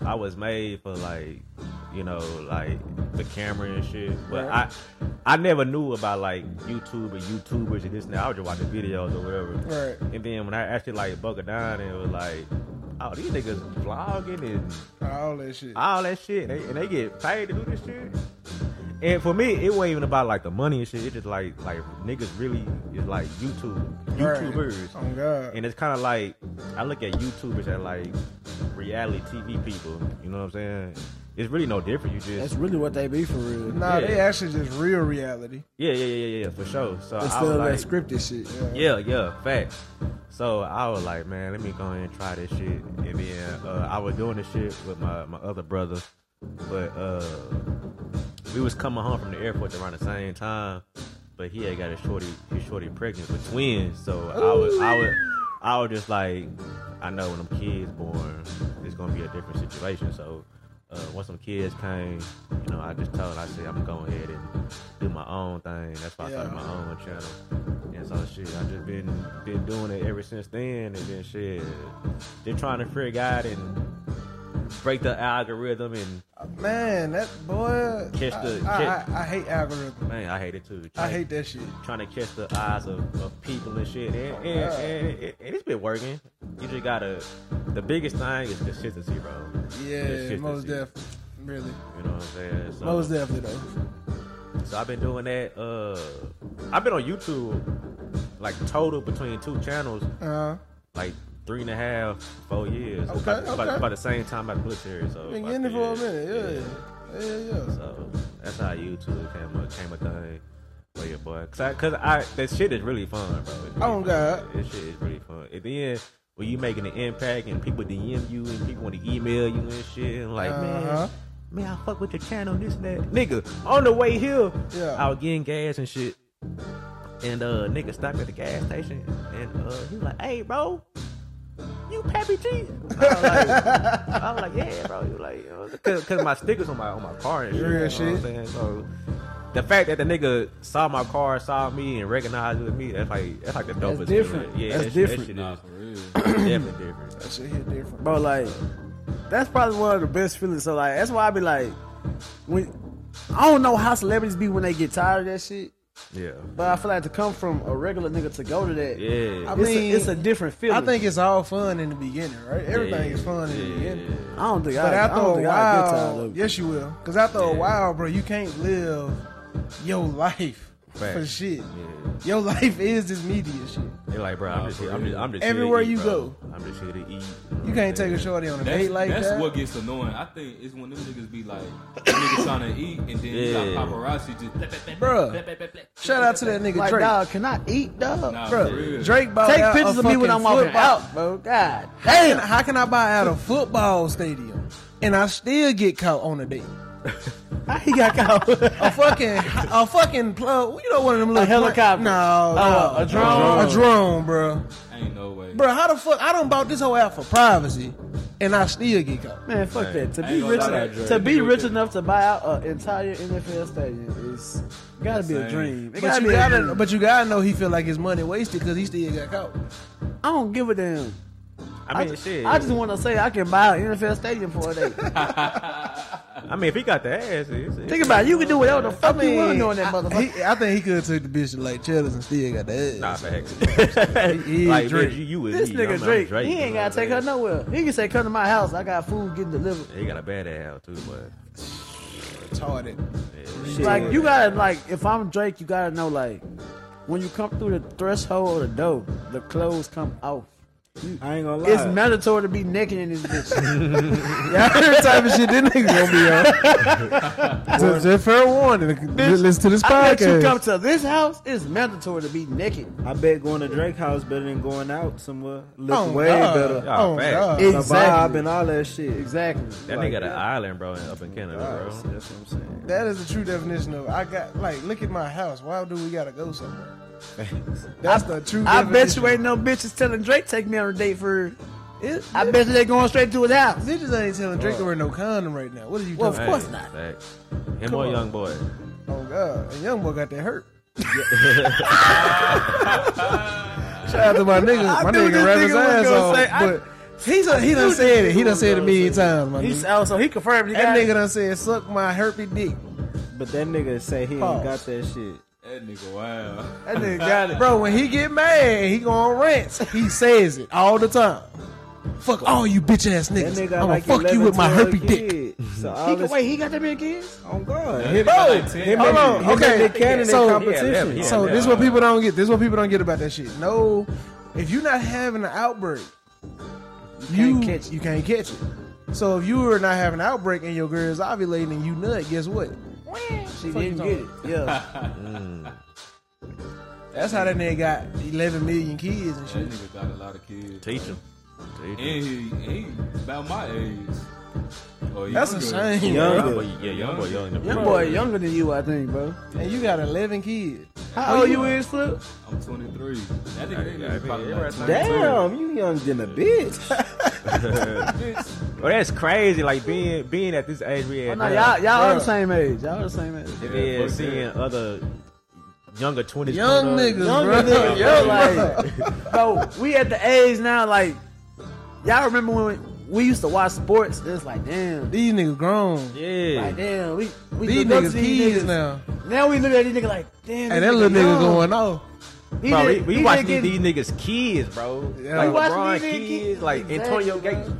I was made for like, you know, like the camera and shit. But I I never knew about like YouTube and YouTubers and this and that. I was just watching videos or whatever. Right. And then when I actually like buckled down and was like, oh, these niggas vlogging and All that shit. all that shit, and they, and they get paid to do this shit. And for me, it wasn't even about like the money and shit. It's just like like niggas really is like YouTube YouTubers. Oh God. And it's kind of like I look at YouTubers at like reality TV people. You know what I'm saying? It's really no different. You that's just really what they be for real. nah, yeah. they actually just real reality. yeah, yeah, yeah, yeah, yeah, for sure. So I Instead was of like, that scripted shit. yeah, yeah, facts. So I was like, man, let me go ahead and try this shit. And then uh, I was doing this shit with my, my other brother, but uh, we was coming home from the airport around the same time. But he had got his shorty, his shorty pregnant with twins. So I was, I was, I was just like, I know when them kids born, it's gonna be a different situation. So uh, once some kids came, you know, I just told, I said, I'm gonna go ahead and do my own thing. That's why I started Yeah. my own channel. And so shit, I just been been doing it ever since then. And then shit, just trying to figure out and break the algorithm. And Man, that boy. Catch I- the- I, catch- I- I hate algorithm. man, I hate it too. I hate that shit. trying to catch the eyes of, of people and shit. And, and, and, and, it's been working. You just gotta. The biggest thing is consistency, bro. Yeah, Consistency, most definitely. Really, You know what I'm saying? So, most definitely though. So I've been doing that. Uh, I've been on YouTube like total between two channels, Uh, like three and a half, four years. Okay, about, about- okay. about the same time I put here. So been about getting it three for a years. minute. Yeah, yeah, yeah. yeah. So that's how YouTube came a came a thing for your boy. Cause I, cause I that shit is really fun, bro. It's really Oh, fun. God. this shit is really fun. And then when you making an impact and people DM you and people want to email you and shit, and like Uh-huh. man. Man, I fuck with your channel, this and that. Nigga, on the way here, Yeah. I was getting gas and shit. And uh nigga stopped at the gas station and uh he was like, hey bro, you Pappy [LAUGHS] G. I was like, I was like, yeah, bro. You like, you know, cause, cause my stickers on my on my car and shit. Real you know shit. What I'm saying? So the fact that the nigga saw my car, saw me, and recognized it was me, that's like that's like the dopest. That's different. feeling. Yeah, That's that different. Shit, Nah, that for real. shit is [CLEARS THROAT] definitely different. That shit hit different. Bro, like that's probably one of the best feelings. So like that's why I be like, when I don't know how celebrities be when they get tired of that shit, Yeah, but I feel like to come from a regular nigga to go to that, yeah. I it's, mean, a, it's a different feeling. I think it's all fun in the beginning, right? Everything Yeah, is fun in the yeah, beginning. yeah. I don't think. But I, after I don't a think I get tired while, of it. yes, you will. Because after a Yeah. while, bro, you can't live your life for Facts. shit. Yeah. Your [LAUGHS] life is this media shit. They're like, bro, I'm just, here- I'm just, I'm just Everywhere here to eat, you bro. I'm just here to eat. know what You I'm can't take saying? a shorty on a That's, date like that's that. what gets annoying. I think it's when them niggas be like, them niggas trying to eat, and then you got Yeah. paparazzi just. Blah, blah, blah, Bruh. blah, blah, blah, blah. Shout out to that nigga Like, Drake. dog, can I eat, dog? Nah, Bro, for real. Drake bought Take out pictures a of me when fucking I'm walking football- out, bro. God Damn, damn. how can I buy out a football stadium and I still get caught on a date? How he got caught? [LAUGHS] A fucking, a fucking, plug, you know, one of them little helicopter. No, Oh, no. a drone. a drone, bro. Ain't no way. Bro, how the fuck I don't bought this whole out for privacy and I still get caught. Man, fuck that. To I be ain't gonna rich, lie to you, to Drake. be rich enough to buy out an entire NFL stadium is gotta be a Insane. dream. It But gotta you be. a gotta, dream. but you gotta know he feel like his money wasted because he still got caught. I don't give a damn. I mean, just, shit. I just want to say I can buy an NFL stadium for a day. I mean, if he got the ass, it's, it's, Think about it. You can do whatever the fuck you want to do on that motherfucker. He, I think he could have took the bitch to like Cheddars and still got that. nah [LAUGHS] facts. like Drake. Drake. you, you with This me, nigga I'm- I'm Drake, he ain't you know gotta what I'm take her saying? nowhere. He can say, "Come to my house. I got food getting delivered." He got a bad ass too, but retarded. yeah. Like you gotta like, if I'm Drake, you gotta know like, when you come through the threshold of the door, the clothes come off. I ain't gonna lie. It's mandatory to be naked in this bitch. Yeah, that type of shit this nigga gonna be on. It's a fair warning. Listen to this I let you come podcast. to this house. It's mandatory to be naked. I bet going to Drake house better than going out somewhere. Look Oh, way God. better. Yeah, Oh, facts. God. The vibe Exactly. and all that shit. Exactly. that like nigga got an that. island, bro, up in Canada, That's bro. that's what I'm saying. That is the true definition of I got like look at my house. Why do we gotta go somewhere? That's the true. I bet definition. you ain't no bitches telling Drake take me on a date for. I bet you they going straight to his house. Bitches ain't telling Drake to wear no condom right now. What are you Well, talking? Of course not. Facts. Him or young boy. Oh God, and young boy got that hurt. [LAUGHS] Shout out to my nigga. My knew nigga this rap his nigga was ass gonna off, say- I- but he's a, he done said it. He done said it a million times. My He's nigga. out, so he confirmed he got That it. nigga done said suck my herpy dick. But that nigga say he ain't Pause. got that shit. That nigga, wow. That nigga got it. Bro, when he get mad, he gonna rant. He says it all the time. Fuck all you bitch ass That niggas. nigga I'ma like fuck you 11, with my 12 herpy dick. kids. [LAUGHS] So He all can, this wait, he got that many kids? Oh God! Yeah, Him, he got and- like 10. him Hold on, and, him okay. and Nick Cannon So- in Yeah, competition. yeah, so yeah. this is what people don't get. This is what people don't get about that shit. No, if you're not having an outbreak, you can't catch it. you can't catch it. So if you are not having an outbreak and your girl is ovulating and you nut, guess what? She didn't get it. [LAUGHS] Yeah. That's how that nigga got 11 million kids and That shit. nigga got a lot of kids. Teach him. Teach him. And he, he about my age. Oh, Or That's a younger. shame. Young. Young boy, yeah, young boy, young. Young boy younger than you, I think, bro. And you got 11 kids. Oh, How old Oh, you is, Flip? I'm 23. That nigga, Yeah, that I nigga mean, probably yeah, like right now. 22. Damn, you young than a bitch. Oh, that's crazy. Like being being at this age we Oh, at no, now, y'all, y'all are Bruh. the same age. Y'all are the same age. and Yeah, then fuck seeing that. other younger twenties. Young niggas, [LAUGHS] bro. nigga, Young like, bro, we at the age now, like, y'all remember when we used to watch sports? It's like, damn. These niggas grown. Like, Yeah, damn, we, we These look up to niggas kids now. Now we look at these niggas like, damn. And this that little nigga young. going off. He bro, we, did- we he watching did these, these niggas kids, bro. Yeah. We Like watching LeBron these niggas kids, kids. like Exactly, Antonio Gates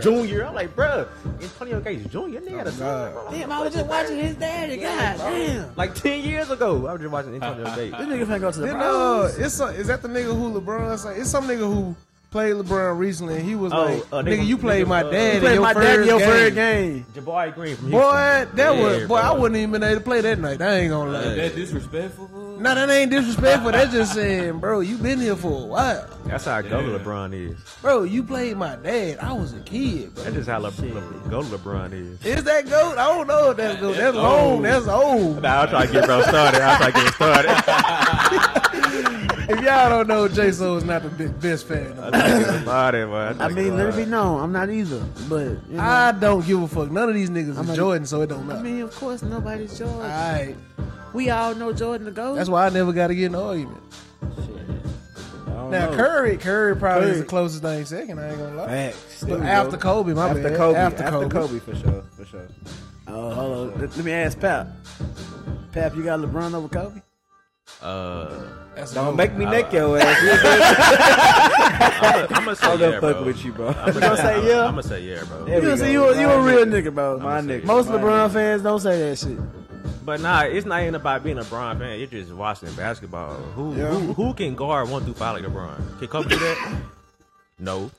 Junior. I'm like, bro, Antonio Gates Junior. Nigga, had a son, bro. get- Damn, I was just watching his daddy. God damn. like ten years ago, I was just watching [LAUGHS] Antonio Gates. This nigga finna go to the Then Bronx. uh, it's a, is that the nigga who LeBron? Say? It's some nigga who played LeBron recently. and He was Oh, like, uh, nigga, nigga- you played my nigga, uh, dad. You in played your my first dad in your game. third game. Jabari Green from Boy, that was Yeah, boy. I bro. wouldn't even been able to play that night. I ain't gonna lie. Is that disrespectful? bro? No, that ain't disrespectful. That's just saying, bro, you been here for a while. That's how go Yeah. to LeBron is. Bro, you played my dad. I was a kid, bro. That's just how Le- Le- go to LeBron is. Is that goat? I don't know if that's goat. That's long. That's old. Nah, I'll try to get bro started. I'll try to get him started. [LAUGHS] If y'all don't know, Jason is not the bi- best fan. of- started I mean, let it be known, I'm not either. But you know, I don't give a fuck. None of these niggas I'm is a- Jordan, so it don't matter. I mean, of course, nobody's Jordan. All right. we all know Jordan the GOAT. That's why I never got to get in an argument. Now Curry, Curry probably is the Curry. closest thing second. I ain't gonna lie. Facts. But There we after go. Kobe, my after bad. Kobe, after after, Kobe. Kobe. for sure, for sure. Oh, hold on. Let, let me ask Pap. Pap, you got LeBron over Kobe? Uh, That's Don't dope. make me neck your ass. I'm gonna say I'm gonna yeah, fuck bro. with you, bro. [LAUGHS] I'm gonna say yeah? I'm gonna say yeah, bro. There we You go. see, you a, you a real nigga, bro. My nigga. Most My LeBron fans don't say that shit. But nah, it's not even about being a LeBron fan. You're just watching basketball. Who Yeah. who, who can guard one through five like LeBron? Can Kobe do that? No.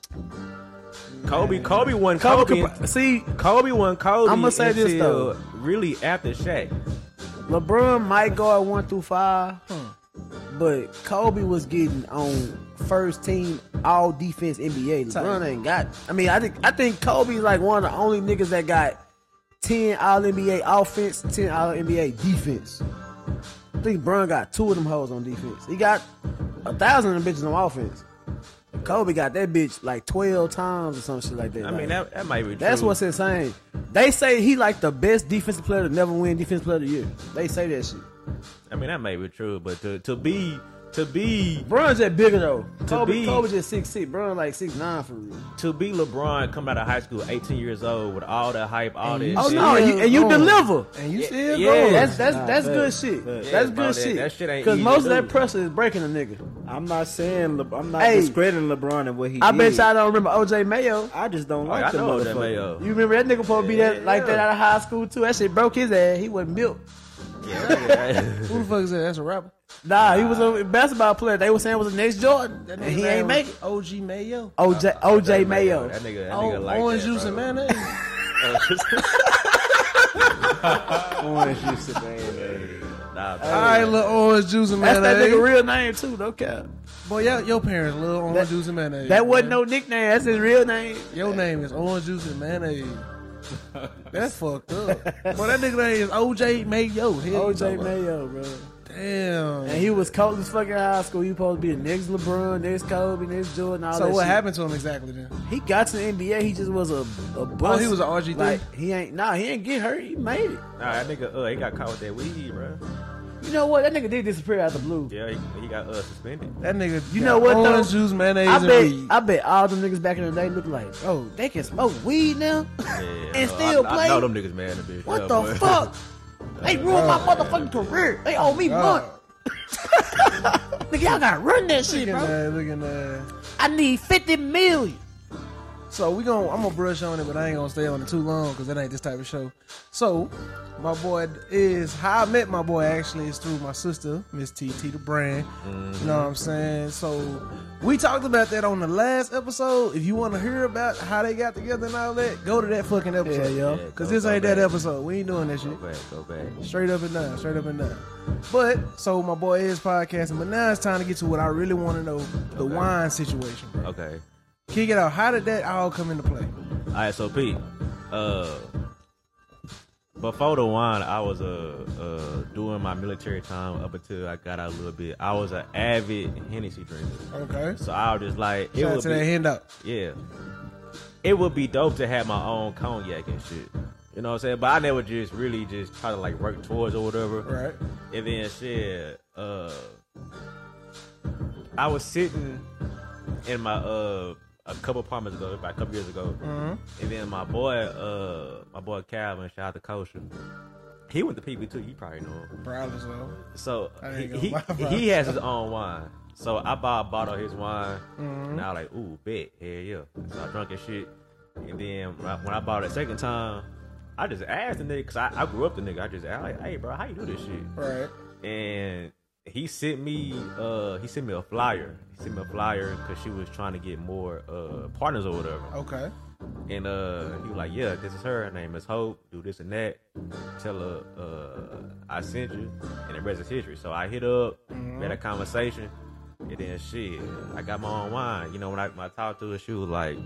Kobe, Kobe won Kobe, Kobe. could pro- see, Kobe won Kobe. I'ma say this, until though. really after Shaq. LeBron might guard one through five, Hmm. but Kobe was getting on first team all defense NBA. LeBron ain't got. I mean, I think I think Kobe's like one of the only niggas that got ten All NBA offense, ten All NBA defense. I think Bron got two of them hoes on defense. He got a thousand of them bitches on offense. Kobe got that bitch like twelve times or some shit like that. I Like, mean, that, that might be true. that's what's insane. They say he like the best defensive player to never win defensive player of the year. They say that shit. I mean, that may be true, but to, to be to be Bron's just bigger though. Kobe, be- Kobe just six six. Bron like six nine for real. to be LeBron coming out of high school, 18 years old, with all the hype, all And you this. Oh, shit. no, you- and you deliver. And you still growing. That's that's Nah, that's good facts, shit. facts. that's Yeah, bro, good that- shit. that shit ain't Cause easy most to of that do. pressure is breaking a nigga. I'm not saying Le- I'm not Hey. discrediting LeBron and what he I did. bet y'all don't remember OJ Mayo. I just don't Like, like the I know that uh, motherfucker. Mayo. You remember that nigga supposed to be that like that Yeah. out of high school too. That shit broke his ass. He wasn't built. [LAUGHS] [LAUGHS] Who the fuck is that? That's a rapper. Nah, he was a basketball player. They were saying was the next Jordan, and he ain't make it. OG Mayo. OJ OJ Mayo. That nigga, that Oh, nigga like orange that, juice bro. and mayonnaise. [LAUGHS] Orange juice today. Nah, bro. All right, little orange juice and That's mayonnaise. that nigga real name too. No cap. Boy, your, your parents love orange That- juice and mayonnaise. That wasn't man. no nickname. That's his real name. Your name is orange juice [LAUGHS] and mayonnaise. That's fucked up. Boy, that nigga name is OJ Mayo. Hell, you talking OJ about- Mayo, bro. Damn. And he was cold as fucking high school. He supposed to be the next LeBron, next Kobe, next Jordan. All so that what shit. happened to him exactly then? He got to the NBA. He just was a a bust. he was a RG3? Like he ain't nah. He ain't get hurt. He made it. nah, that nigga, uh, he got caught with that weed, bro. You know what? That nigga did disappear out the blue. Yeah, he, he got uh suspended. That nigga, You got know what, though? Orange juice, mayonnaise, I and bet. weed. I bet all them niggas back in the day looked like, oh, they can smoke weed now [LAUGHS] Yeah, and bro, still I, play. I know them niggas mad a bitch. what yeah, the boy. fuck? They ruined my motherfucking career. They owe me money. [LAUGHS] Nigga, y'all gotta run that shit, Look at bro. that, look at that. I need fifty million. So we gon' I'm gonna brush on it, but I ain't gonna stay on it too long because that ain't this type of show. So my boy is how I met my boy actually is through my sister, Miss TT the brand. You know what I'm saying? So we talked about that on the last episode. If you want to hear about how they got together and all that, go to that fucking episode, yo. yeah, Cause go- this go ain't that back. episode. We ain't doing that shit. [LAUGHS] Go back, go back. Straight up and down, straight up and down. But so my boy is podcasting, but now it's time to get to what I really want to know: the Okay. wine situation. Bro. Okay. Kick it out. How did that all come into play? All right, so Pete, uh, before the wine, I was uh, uh doing my military time up until I got out a little bit. I was an avid Hennessy drinker, Okay. so I was just like, it Shout out would to be- that handout. Yeah. It would be dope to have my own cognac and shit. You know what I'm saying? But I never just really just try to like work towards or whatever. Right. And then shit, uh I was sitting in my uh a couple apartments ago, about a couple years ago. And then my boy, uh my boy Calvin, shout out to Kosher. He went to PB too, you probably know him. Probably so. So I ain't he, gonna he, lie, bro. he has his own wine. So I bought a bottle of his wine, and I was like, ooh, bet, hell yeah. So I drunk and shit. And then when I, when I bought it a second time, I just asked the nigga, because I, I grew up the nigga. I just asked, like, hey, bro, how you do this shit? Right. And he sent me, uh, he sent me a flyer. He sent me a flyer because she was trying to get more uh, partners or whatever. [LAUGHS] Okay. And uh, he was like, "Yeah, this is her. Her name is Hope. Do this and that. Tell her uh, I sent you." And the rest is history. So I hit up, we had a conversation, and then shit, I got my own wine. You know, when I, when I talked to her, she was like,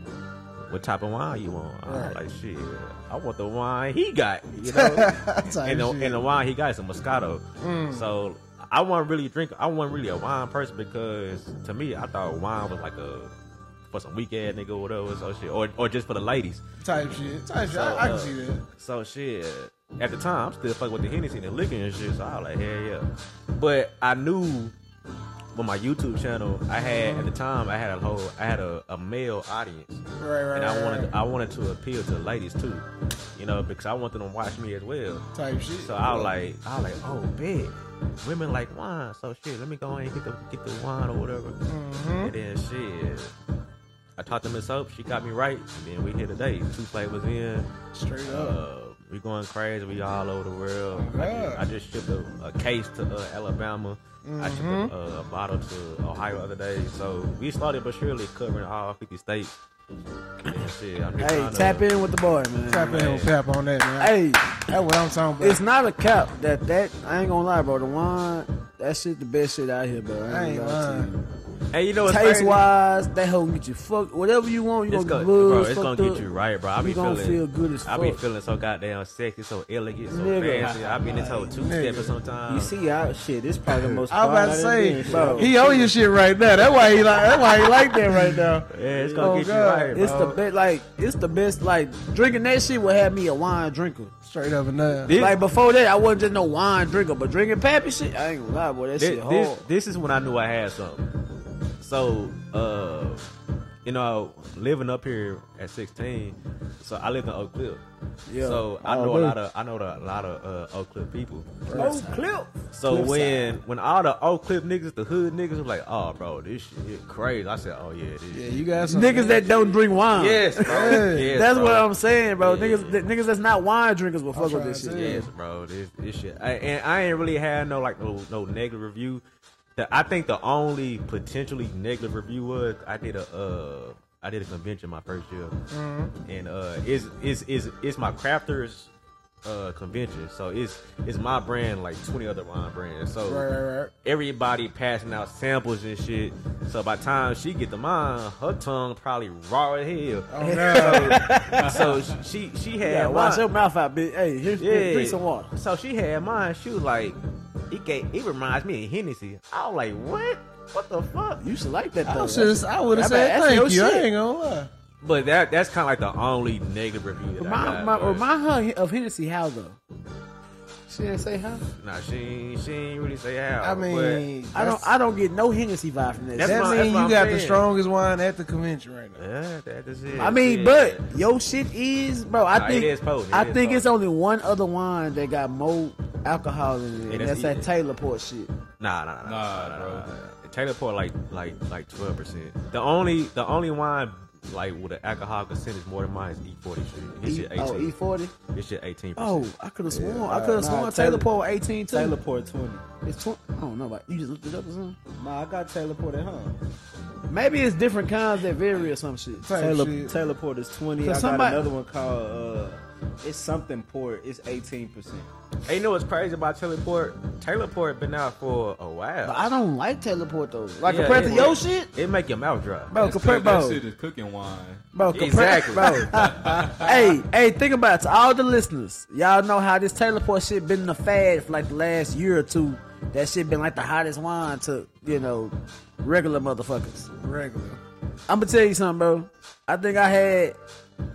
"What type of wine you want?" I was like, "Shit, I want the wine he got." You know, and the, and the wine he got is a Moscato. Mm. So I wasn't really drink. I wasn't really a wine person because to me, I thought wine was like a for some weak ass nigga or whatever, so shit, or or just for the ladies. Type shit. Type shit. I, I can uh, see that. So shit. At the time, I'm still fucking with the Hennessy and the liquor and shit. So I was like, hell yeah. But I knew with my YouTube channel, I had at the time I had a whole I had a, a male audience. Right, right, And I right, wanted right. I wanted to appeal to the ladies too. You know, because I wanted them to watch me as well. Type shit. So I was like, I was like, oh, big. Women like wine, so shit. Let me go ahead and get the get the wine or whatever. Mm-hmm. And then shit, I talked to Miss Hope. She got me right. And then we here today. Two flavors in. straight up. Uh, we going crazy. We all over the world. I, Yeah. just, I just shipped a, a case to uh, Alabama. I shipped Mm-hmm. a, uh, a bottle to Ohio the other day. So we started but surely covering all 50 states. [COUGHS] And shit, I'm just Hey, trying to- tap in with the boy, man. Tap in with Pap on that, man. Hey, That's what I'm talking about. it's not a cap. That that I ain't gonna lie, bro. The wine, that shit, the best shit out here, bro. I ain't gonna lie to lying. you. And you know what's Taste crazy? wise, that hoe can get you fucked. Whatever you want, you It's gonna gonna, get buzzed, bro, it's fucked gonna get up. you right, bro. I be You gonna feeling, feel good as I be fuck. feeling so goddamn sexy, so elegant, so Nigga. fancy. I be in this whole two stepper sometimes. You see, I, shit, this probably the most. I was about to fun say, done been, bro. He owe you shit right now. That's why he like. That's why he like that right now. yeah, it's gonna Oh, get God. you right, bro. It's the best, like it's the best, like drinking that shit would have me a wine drinker. Straight up and down. This- Like before that, I wasn't just no wine drinker, but drinking pappy shit, I ain't gonna lie, boy, that Thi- shit this, hard. this, is when I knew I had something. So, uh, you know, living up here at 16, so I lived in Oak Cliff. Yeah. So I Oh, know a dude. lot of I know a lot of uh, Oak Cliff people. Oh, clip. So when when all the Oak Cliff niggas, the hood niggas, was like, "Oh, bro, this shit crazy." I said, "Oh yeah, this Yeah, shit." you got some Niggas that don't drink wine. Yes, bro. Yes, That's bro. what I'm saying, bro. Yeah. Niggas, th- niggas that's not wine drinkers will fuck I'm with this trying shit. to Yes, bro. This, this shit. I, and I ain't really had no like no, no negative review. The, I think the only potentially negative review was I did a uh I did a convention my first year, Mm-hmm. and uh it's it's it's, it's my crafters uh convention, so it's it's my brand like twenty other wine brands. So Right, right, [LAUGHS] right. everybody passing out samples and shit. So by the time she get to mine, her tongue probably raw as hell. Oh, God. [LAUGHS] So she she had Oh. Yeah, wash mine- your mouth out, bitch. Hey, here's yeah. drink some water. So she had mine. She was like, it, gave, it reminds me of Hennessy. I was like, what? What the fuck? You should like that I though. was just- I would have That- that- said that's thank your you. I shit. ain't gonna lie. But that that's kind of like the only negative review that I Remind, got. remind, was- remind her of Hennessy how though. She didn't say how. Nah, she ain't- she ain't really say how. I but mean, I don't. I don't get no Hennessy vibe from this. That's that my- means that's you what got I'm the saying. strongest wine at the convention right now. yeah, that is it. I mean, Yeah. but your shit is, bro. I Nah, it think is potent. It I is think it's potent. only one other wine that got more alcohol in it, Yeah, and that's that's that it. Taylor Port shit. Nah, nah, nah, Nah, nah, nah, bro. nah, nah. Taylor Port like like like twelve percent. The only the only wine like with an alcohol percentage more than mine is E forty. This E, shit oh, E eighteen. forty. This shit eighteen. Oh, I could have sworn. I nah, could have nah, sworn Taylor- Taylor, Port was eighteen too. Taylor uh, Port 20. It's tw- I don't know about you. Just looked it up or something. Nah, I got Taylor Port at home. Maybe it's different kinds that vary or some shit. Type Taylor, shit. Taylor Port is 20. I Cause got somebody- another one called, uh, it's something port. It's 18%. Hey, you know what's crazy about Taylor Port? Taylor Port been out for a while. But I don't like Taylor Port though. Like Yeah, compared to it- your shit, It make your mouth dry. bro. That's Compared, cook- that bro. shit is cooking wine. Bro, compare, Exactly. bro. hey, hey, think about it. To all the listeners, y'all know how this Taylor Port shit been the fad for like the last year or two. That shit been like the hottest wine to, you know, regular motherfuckers. Regular. I'm gonna tell you something, bro. I think I had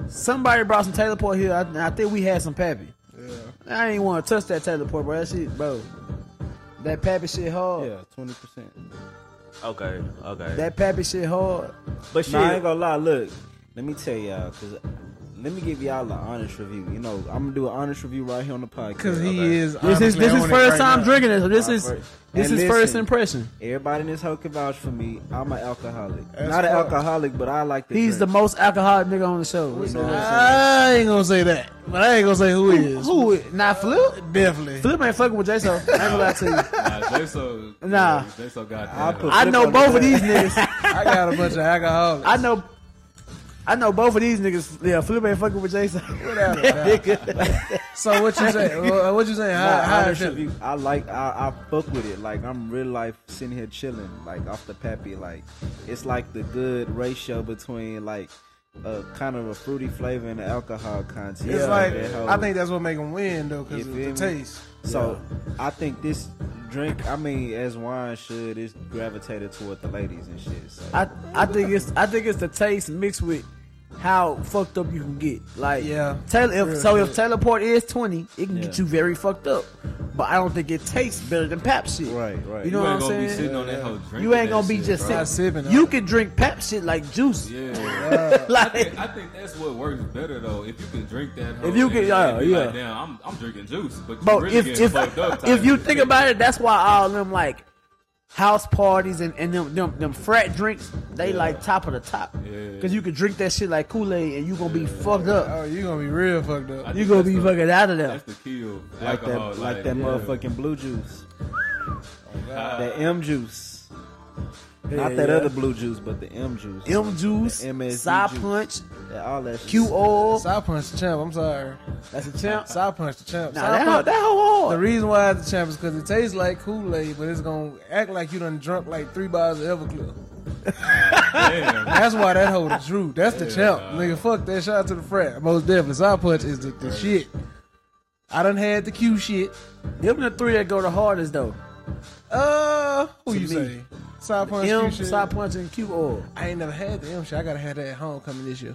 somebody brought some Taylor Port here. I, I think we had some Pappy. Yeah. I ain't want to touch that Taylor Port, bro. That shit, bro. That Pappy shit hard. Yeah, 20%. Okay, okay. That Pappy shit hard. but shit, Nah, I ain't gonna lie. Look, let me tell y'all, cause let me give y'all an honest review. You know, I'm gonna do an honest review right here on the podcast. Because he Okay. is. This is this honestly is on it first right time now. drinking it. So this My is first- this And is first listen, impression. Everybody in this hoe can vouch for me. I'm an alcoholic. As Not an fuck. alcoholic, but I like to He's the drink. most alcoholic nigga on the show. You know what Uh, I'm saying? I ain't gonna say that, but I ain't gonna say who he is. Who? Nah, Flip. Definitely. Flip ain't fucking with J-So. I ain't gonna lie to you. Nah, [LAUGHS] they so Nah. they so goddamn. I put- I know Flip on both of the these [LAUGHS] niggas. I got a bunch of alcoholics. I know. [LAUGHS] I know both of these niggas. Yeah, Flip ain't fucking with J-So. [LAUGHS] so what you saying? What what you saying? How, Nah, how is honest it? review. I like I, I fuck with it. Like I'm real life sitting here chilling, like off the pappy. Like it's like the good ratio between like a kind of a fruity flavor and the alcohol content. It's of like that hoe. I think that's what make him win though, because You of feel the me? taste. So I think this drink, I mean, as wine should, is gravitated toward the ladies and shit. So. I I think it's I think it's the taste mixed with how fucked up you can get. Like Yeah. Taylor. Real If, so if shit. Taylor Port is twenty, it can get Yeah. you very fucked up. But I don't think it tastes better than Pap shit. Right, right. You You know what ain't I'm gonna be saying? sitting on that hoe drinking. You ain't that gonna be shit, just bro. Not sipping sitting. on You it. can drink Pap shit like juice. Yeah. [LAUGHS] I like think, I think that's what works better though. If you can drink that, hoe If you and- can- yeah, and be like, yeah. Damn, I'm, I'm drinking juice, but you Bro, really if getting if fucked up type if you shit. think about it, that's why all them like house parties and, and them, them them frat drinks, they like top of the top. Yeah. Cause you can drink that shit like Kool Aid and you gonna be fucked up. Oh, you gonna be real fucked up. I You think gonna that's be the- fucking out of there. That's the kill. like that, alcohol, like, that yeah. Oh, motherfucking blue juice, that M juice, not Yeah, that yeah. other blue juice, but the M juice, M juice, The MSG side juice. punch, Yeah, all that shit. Q oil. Side punch the champ. I'm sorry. That's a champ. Side punch the champ. Nah, Side that, punch- hoe- that whole The hard. reason why it's the champ is because it tastes like Kool Aid, but it's gonna act like you done drunk like three bottles of Everclear. Damn. That's why that hoe the Drew. That's the champ. Nigga, fuck that. Shout out to the frat. Most definitely. Side punch is the, the shit. I done had the Q shit. Them the three that go the hardest though. Uh, who To you me. say? Side punch, M, Q shit. side punch, and Q oil. I ain't never had the M shit. I gotta have that at homecoming this year.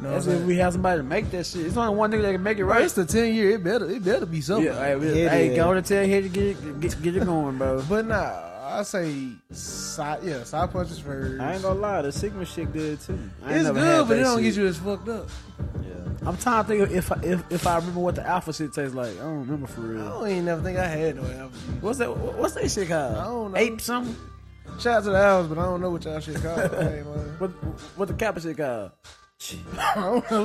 No, That's if we have somebody to make that shit. It's only one nigga that can make it right. it's the ten year. It better. It better be something. Yeah, hey, we- Hit hey, it. go to tell here to get it, get, get it going, bro. [LAUGHS] But nah, I say side. Yeah, side punch is first. I ain't gonna lie, the Sigma shit good too. I ain't it's never had good, but that it don't shit. get you as fucked up. I'm trying to think of if I, if if I remember what the alpha shit tastes like. I don't remember for I real. don't even never think I had no album. What's that? What's that shit called? I don't know. Ape something. Shout out to the albums, but I don't know what y'all shit called. I ain't lying. What what the kappa shit called? [LAUGHS] I don't know.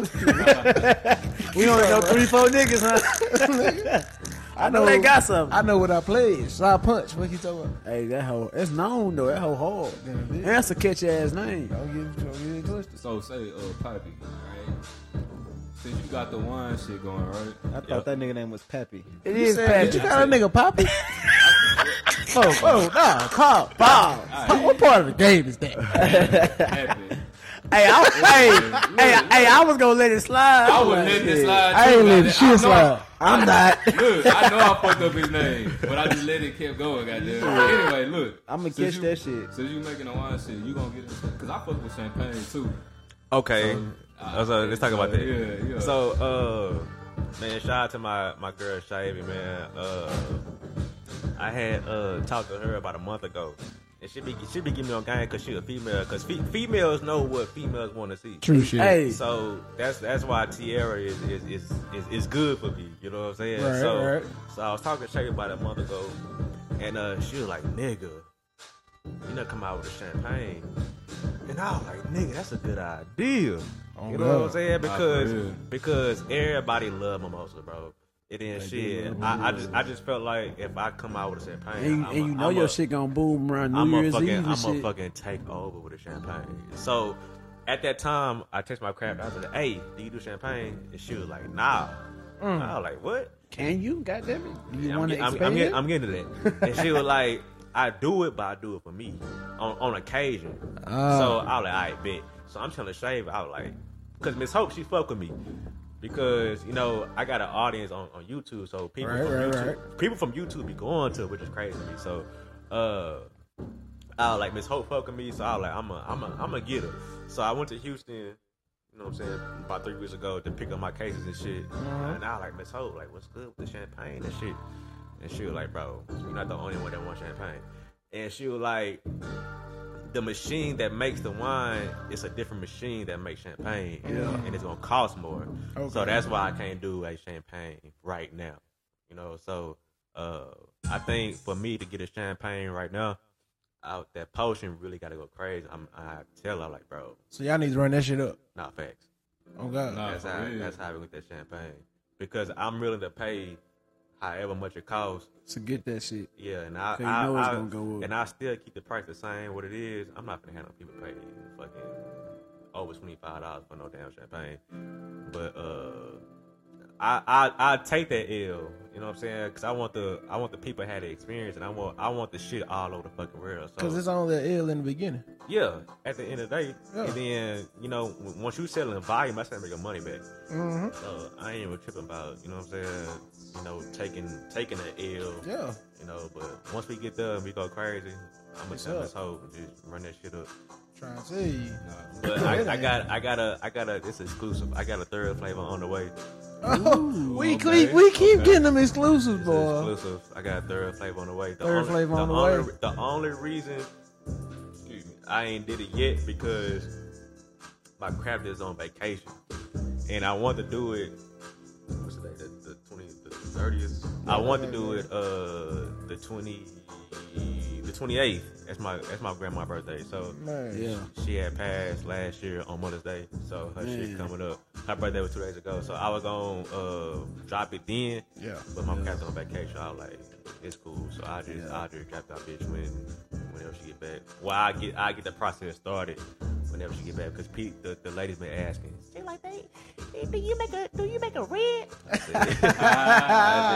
We only know three four niggas, huh? [LAUGHS] I know they got something. I know what I played. Side punch. What you talking about? Hey, that hoe. It's known though. That hoe hard. Damn, bitch. And that's a catchy ass name. Don't get, don't get it twisted. So say, uh, Poppy, right? Since you got the wine shit going, right? I [LAUGHS] thought that nigga name was Peppy. It You is said, patchy. did you got a nigga poppy? Oh, oh, nah, call, Bob. what part of the game is that? [LAUGHS] Happy. hey, I, hey, hey, hey, I was gonna let it slide. I would let this slide. I too, ain't letting goddamn. shit I know I- slide. I'm not. Look, I know I fucked up his name, but I just let it keep going, goddamn. Anyway, look. I'ma since catch you- that shit. Since you making a wine shit, you gonna get it. Because I fuck with champagne, too. Okay. uh, so let's talk about so, that. yeah, yeah. So, uh, man, shout out to my my girl Shavy, man. Uh, I had uh talked to her about a month ago, and she be she be giving me on game because she a female. Because fe- females know what females want to see. True shit. Hey, So that's that's why Tierra is is, is, is, is good for me. You know what I'm saying? Right, so right. so I was talking to Shay about it a month ago, and uh, she was like, "Nigga, you know, come out with a champagne." And I was like, "Nigga, that's a good idea." Oh, you know what I'm saying? Because real. because everybody love mimosa, bro. It ain't shit. I, I just I just felt like if I come out with a champagne, and, you- I'm and a- you know I'm your a- shit gonna boom around New I'm a Year's fucking, Eve I'm and shit. a fucking take over with a champagne. So at that time, I text my crap. I was like, "Hey, do you do champagne?" And she was like, "Nah." Mm. I was like, "What?" Can you? God damn it! Do you I'm, want to get- I'm, expand? I'm, get- I'm getting to that. [LAUGHS] And she was like, "I do it, but I do it for me on, on occasion." Oh. so I was like, "I bet." So I'm trying to shave. I was like, "Cause Miss Hope, she fuck with me." Because you know I got an audience on, on YouTube, so people Right, from right, YouTube, people from YouTube be going to it, which is crazy to me. So, uh, I was like Miss Hope fucking me, so I was like, I'm a, I'm a, I'm a get her. So I went to Houston, you know what I'm saying, about three weeks ago to pick up my cases and shit. And I was like Miss Hope, like, what's good with the champagne and shit? And she was like, bro, you're not the only one that wants champagne. And she was like, the machine that makes the wine is a different machine that makes champagne, and, and it's gonna cost more. So that's why I can't do a champagne right now. You know, so uh, I think for me to get a champagne right now, I, that potion really gotta go crazy. I'm, I tell her like, bro, So y'all need to run that shit up. not facts. Oh god. Nah, That's for how real. that's how we get that champagne because I'm willing to pay however much it costs. to get that shit. Yeah, and I, 'Cause you I, know it's I- gonna go up. and I still keep the price the same what it is. I'm not gonna have no people pay fucking over twenty five dollars for no damn champagne. But uh, I I I take that L. You know what I'm saying? Cause I want the I want the people to have the experience, and I want I want the shit all over the fucking world. So Cause it's only an L in the beginning. yeah, at the end of the day, Yeah. and then you know w- once you selling volume, that's gonna make your money back. Mm-hmm. So I ain't even tripping about you know what I'm saying. You know taking taking an L. Yeah. You know, but once we get there and we go crazy, I'm gonna It's tell up. this hoe just run that shit up. Trying to tell you. But I, I got, I got a, I got a. It's exclusive. I got a third flavor on the way. [LAUGHS] Oh, we okay, keep we keep okay. getting them exclusives, It's boy. exclusive. I got a third flavor on the way. The Third only, flavor the on the only, way. The only reason Excuse me. I ain't did it yet because my craft is on vacation, and I want to do it. What's today? The, the 20, the 30th. I want to do it. Uh, the 20, the 28th. That's my, that's my grandma's birthday. So. Man. Yeah. She had passed last year on Mother's Day, so her shit Man. coming up. Her birthday was two days ago, so I was gonna uh, drop it then. Yeah. But my cat's on vacation. I was like, it's cool, so I just I just drop that bitch when whenever she get back. Well, I get I get the process started whenever she get back because Pete the, the lady's been asking. [LAUGHS] They like they, they- do you make a do you make a red? I said, I, said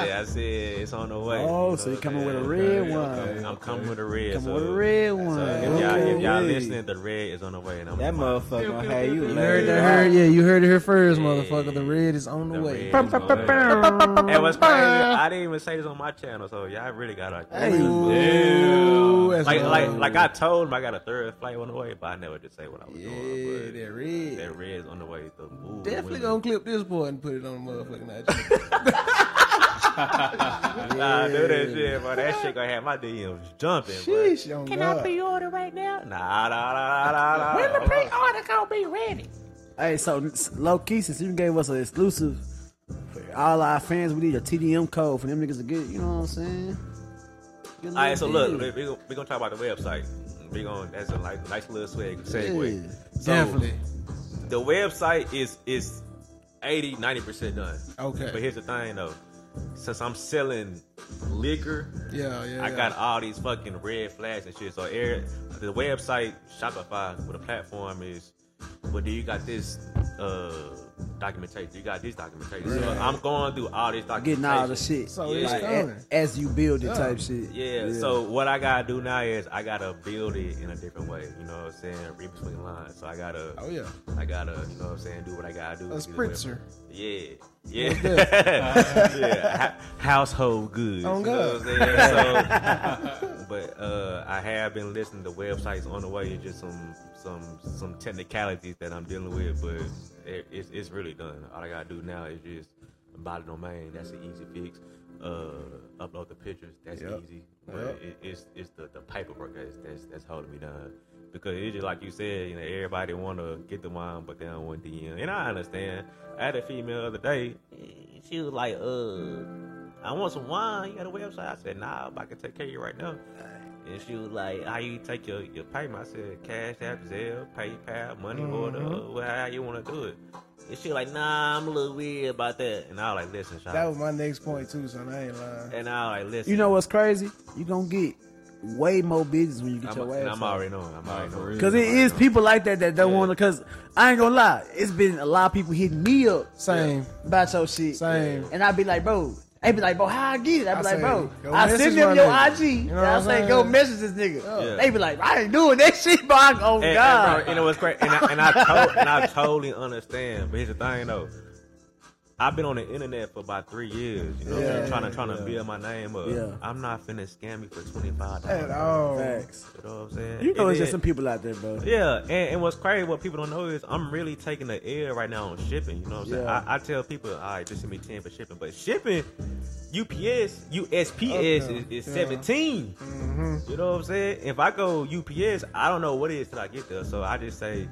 I said, it's on the way. Oh, know so you what coming I'm with a saying? red okay, one? okay. I'm coming with a red. Coming so- with a red So one. if y'all, if y'all y'all Hey. listening, the red is on the way, and I'm That gonna find motherfucker gonna have you You heard laid that? out. Heard, yeah, you heard it here first, Yeah. motherfucker. The red is on the, the way. red is on the way. And what's crazy, I didn't even say this on my channel, so y'all really gotta. Ooh, that's Like, what- like, like I told him I got a third flight on the way, but I never did say what I was doing. yeah, But that red. that red's on the way. The ooh, Definitely women. gonna clip this boy and put it on the motherfucking IG. Nah, do that shit, bro. That shit gonna have my DMs jumping. Sheesh. Sheesh, on Can I God. pre-order right now? Nah, nah, nah, nah, nah, nah. When the pre-order gonna be ready? Hey, so s- low key, since you gave us an exclusive for all our fans, we need a TDM code for them niggas to get. You know what I'm saying? Get a All right, so little look, deal. we're we gonna, we gonna talk about the website. We're gonna that's a nice, nice little swag segue. Yeah, So, Definitely. The website is is 80, 90 percent done. Okay. But here's the thing though, since I'm selling liquor, Yeah, yeah. I got all these fucking red flags and shit. So air the website Shopify with a platform is, but do you got this uh documentation? You got this documentation. So I'm going through all this documentation. Getting all the shit. So Yeah. it's Like, A- coming. as you build it, Yeah. type shit. Yeah, so what I gotta do now is I gotta build it in a different way. You know what I'm saying? Read between lines. So I gotta, Oh yeah, I gotta, you know what I'm saying? Do what I gotta do. a spritzer. Yeah, yeah, [LAUGHS] yeah. Ho- Household goods. On you know God. what I'm saying? [LAUGHS] So, but uh, I have been listening to websites on the way. It's just some, some, some technicalities that I'm dealing with, but it, it's, it's really done. All I gotta do now is just buy the domain. That's an easy fix. Uh, upload the pictures. That's easy. But it, it's it's the, the paperwork that's, that's that's holding me down. Because it's just like you said, you know, everybody want to get the wine, but they don't want the end. And I understand. I had a female the other day. eh, She was like, "Uh, I want some wine. You got a website?" I said, "Nah, but I can take care of you right now." And she was like, "How you take your, your payment?" I said, "Cash App, Zelle, PayPal, money Mm-hmm. order, uh, how you want to do it?" And she like, "Nah, I'm a little weird about that." And I was like, "Listen, That Sean." was my next point too, son. I ain't lying. and I was like, "Listen." You know what's crazy? You gonna get way more business when you get I'm, your and ass. I'm already knowing. I'm already for knowing. real. Cause it is people like that that don't Yeah. want to. Cause I ain't gonna lie, it's been a lot of people hitting me up Same. about your shit. Same. And I'd be like, bro. They be like, bro, how I get it? I be I like, say, bro, go I message send them my your nigga. IG. You know and I what I'm say, saying? go message this nigga. Yeah. They be like, I ain't doing that [LAUGHS] shit, bro. Oh And, God, and, bro, and it was crazy. And I, and, I to- and I totally understand. But here's the thing, though. I've been on the internet for about three years. You know, what I'm saying? trying to trying to build my name up. Yeah. I'm not finna scam you for twenty five At dollars. all. Facts. You know what I'm saying? You know, And it's just then- some people out there, Oh, bro. Yeah, and, and what's crazy, what people don't know is I'm really taking the air right now on shipping. You know what I'm saying? Yeah. I, I tell people, all right, just give me 10 for shipping. But shipping, UPS, USPS Up now, is, is yeah. Mm-hmm. 17. You know what I'm saying? If I go UPS, I don't know what it is till I get there. So I just say,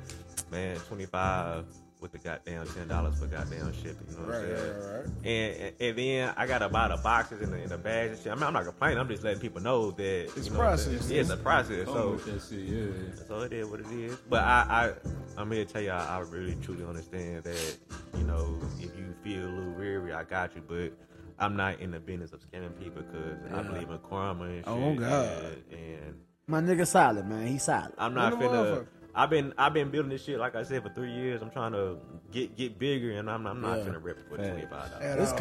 man, 25 with the goddamn $10 for goddamn shipping. You know what Right, I'm right, saying? right, right. And, and then I gotta buy the boxes and the, and the bags and shit. I mean, I'm not complaining. I'm just letting people know that It's you know what I'm saying? process. Yeah, it's a process. Come So with that shit, yeah. so it is what it is. But I, I I'm here to tell y'all, I really truly understand that, you know, if you feel a little weary, I got you. But I'm not in the business of scamming people because I believe in karma and shit. Oh, God. And, and My nigga solid, man. He solid. I'm not When the finna. motherfucker- I've been I've been building this shit like I said for three years. I'm trying to get get bigger, and I'm I'm not Yeah. finna rip it for twenty five At dollars. It's all.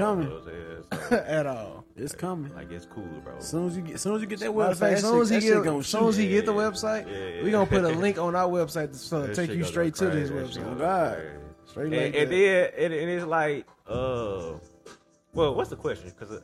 coming. [LAUGHS] At all. It's coming. Like it's cool, bro. As soon as you get, as soon as you get that website, Matter of fact, as soon as he get, as soon as he get the Yeah. website, Yeah. we gonna put a link on our website to son, That take shit you gonna straight go to crazy. this That shit website. gonna Oh, go God. crazy. Straight and, like and that. then and, and it's like, uh, well, what's the question? Because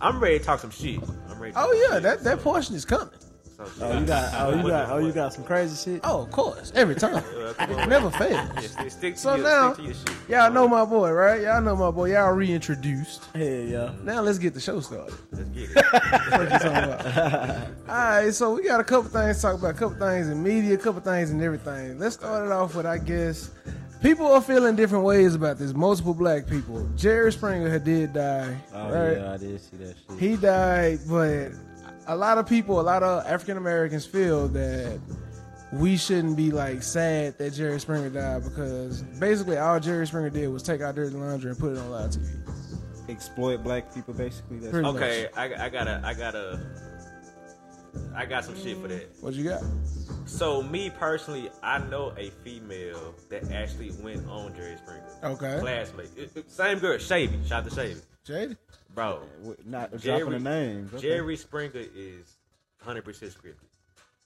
I'm ready to talk some shit. I'm ready. To talk Oh some yeah, shit, that that so- portion is coming. so shit. Oh, you got, oh, you What- got, oh, you what- got some crazy shit. Oh, of course, every time, Yeah, come on. never fails. Yeah, stick, stick to So your, now, stick to your shit. Y'all know my boy, right? Y'all know my boy. Y'all reintroduced. Hell yeah. Now let's get the show started. Let's get it. [LAUGHS] What you talking about? All right, so we got a couple things to talk about, a couple things in media, a couple things in everything. Let's start it off with, I guess, people are feeling different ways about this. Multiple black people. Jerry Springer had did die, right? Oh, yeah, I did see that shit. He died, but a lot of people, a lot of African Americans feel that we shouldn't be like sad that Jerry Springer died because basically all Jerry Springer did was take our dirty laundry and put it on live TV. Exploit black people, basically. That's Pretty much. okay, I, I gotta, I gotta, I got some shit for that. What you got? So me personally, I know a female that actually went on Jerry Springer. Okay. Classmate, It- it- same girl, Shavy. Shout out to Shavy, Jade? bro. W- not Jerry- dropping the names. Okay. Jerry Springer is 100% scripted.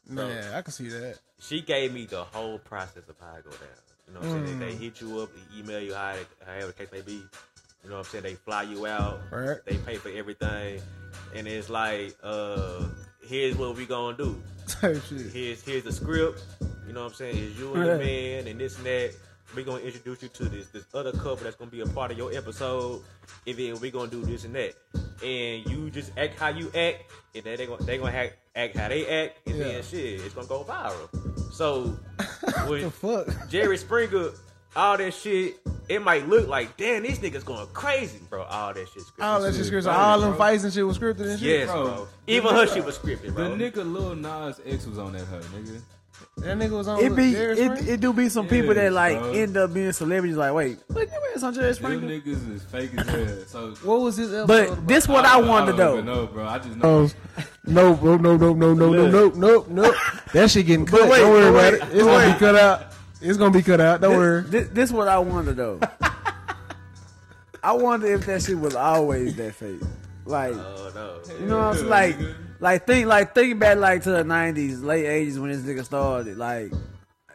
bro. Yeah, I can see that. She gave me the whole process of how I go down. You know what I'm saying? They, Mm. they hit you up, they email you, how, however the case may be. You know what I'm saying? They fly you out. Right. They pay for everything. And it's like, uh, here's what we gonna do. Type shit. Here's here's the script. You know what I'm saying? It's you and your man and this and that. We're gonna introduce you to this this other couple that's gonna be a part of your episode. And then we're gonna do this and that. And you just act how you act, and then they gonna they gonna act, act how they act, and Yeah. then shit, it's gonna go viral. [LAUGHS] So when The fuck? Jerry Springer, all that shit, it might look like damn, these niggas going crazy, bro. All that shit. scripted. All that shit scripted. All them fights and shit was scripted and shit. Yes, bro. Bro. Even her shit was scripted, The bro. nigga Lil Nas X was on that hoe, nigga. That nigga was on. It be Jerry it, Springer? it do be some It people that is, like bro. end up being celebrities. Like, wait, but you was on Jerry Them Springer. niggas is fake as hell. So what was his episode? But this what I, don't- wanted I to don't know. even know, bro. I just know. No, no, no, no, no, no, no, no, no, no. That shit getting cut. wait, Don't worry but about wait, it. It's gonna be cut out. It's gonna be cut out. Don't worry. This, this what I wonder [LAUGHS] though. I wonder if that shit was always that fake. Like, Oh no. you know what I'm saying? Like, like think like think back like to the '90s, late '80s when this nigga started. Like,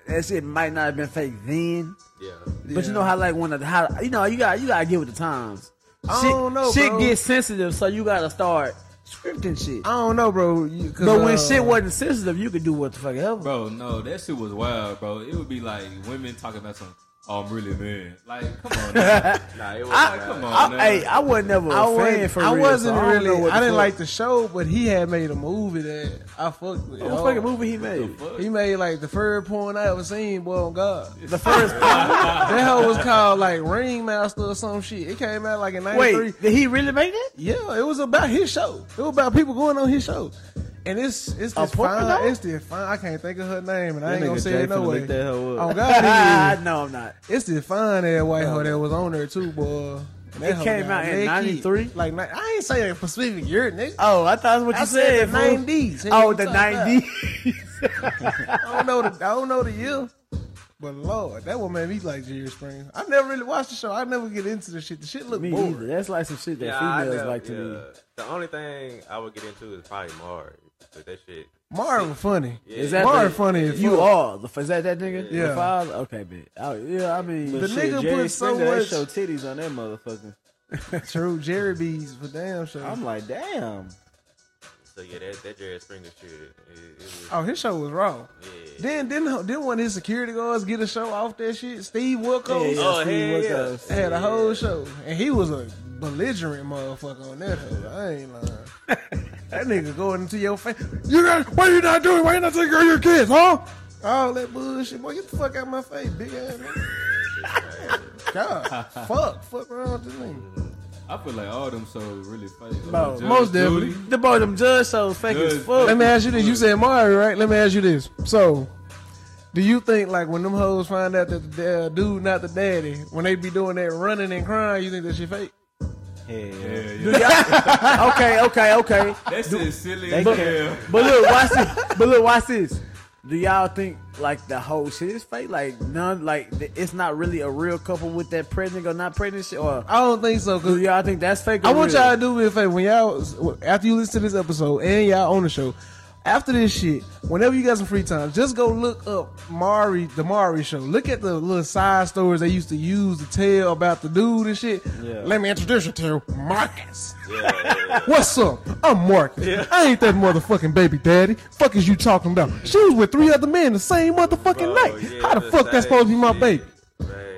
that shit might not have been fake then, Yeah. but you know how like one of the how you know you got you gotta get with the times. I shit, don't know, Shit bro. gets sensitive, so you gotta start scripting shit. I don't know, bro. You- 'cause, But when uh, shit wasn't sensitive, you could do what the fuck ever. Bro, no, that shit was wild, bro. It would be like women talking about some, oh, I'm really man. Like, come on, now. Nah, it uh, was I- not. come on, I, now. hey, I was never a I fan wasn't, for I real. wasn't so I don't know really. what I the didn't fuck- like the show, but he had made a movie that I fucked with. What Oh. fucking movie he made? He made like the third porn I ever seen, boy on God. The [LAUGHS] first. that hoe was called like Ringmaster or some shit. It came out like in '93. Wait, did he really make that? Yeah, it was about his show. It was about people going on his show. And it's it's A this porn fine, doll? it's this fine. I can't think of her name, and I ain't nigga gonna say Jay it no finna way. lick that hoe up. Oh God, it is. no, I'm not. [LAUGHS] it's this fine ass white hoe that was on there too, boy. And that It hoe came got out in naked. 93? Like ni- I ain't saying Pacific year, nigga. Oh, I thought that's what I you said said. the fool. 90s. Hey, Oh, what the you talking about? nineties. [LAUGHS] I don't know the I don't know the year. But Lord, that one made me like Jerry Springer. I never really watched the show. I never get into the shit. The shit look Oh, Me boring. either. That's like some shit that Yeah, I females know, like to yeah. do. The only thing I would get into is probably Mars. But that shit. Marvin funny. Yeah. Is that Marvin the- funny as You fuck. are the is that that nigga? The Yeah. father? Okay, bitch. Oh, yeah, I mean, The Shit, nigga Jerry put so Springer, they much show titties on that motherfucker. True, Jerry B's for damn sure. I'm like, damn. So yeah, that that Jerry Springer shit. It, it was, oh, his show was wrong. Then didn't didn't one of his security guards get a show off that shit? Steve Wilkos Oh, hell yeah. They had a whole show, and he was a belligerent motherfucker on that. Hoe. I ain't lying. that nigga going into your face. You got why you not doing? Why you not taking care of your kids, huh? All that bullshit, boy. Get the fuck out of my face, big ass. nigga. God, fuck, fuck around with this nigga. I feel like all them shows really fake. Bro, Judge most definitely. Judy. the boy them judge shows fake as Judge- fuck. Let me ask you this. You said Mario, right? Let me ask you this. So, do you think like when them hoes find out that the uh, dude not the daddy, when they be doing that running and crying, you think that shit fake? Yeah. Yeah, yeah. okay, okay, okay. That shit silly as But, hell. but look, watch this. But look, watch this. Do y'all think like the whole shit is fake? Like none, like th- it's not really a real couple with that pregnant or not pregnant shit. Or I don't think so. do Cause y'all think that's fake? Or I want real? y'all to do me a favor when y'all after you listen to this episode and y'all on the show. After this shit, whenever you got some free time, just go look up Mari, the Mari show. Look at the little side stories they used to use to tell about the dude and shit. Let me introduce you to Marcus. What's up? I'm Marcus. I ain't that motherfucking baby daddy. Fuck is you talking about? She was with three other men the same motherfucking Bro, night. Oh, yeah, How the fuck that's same supposed to be my shit. baby?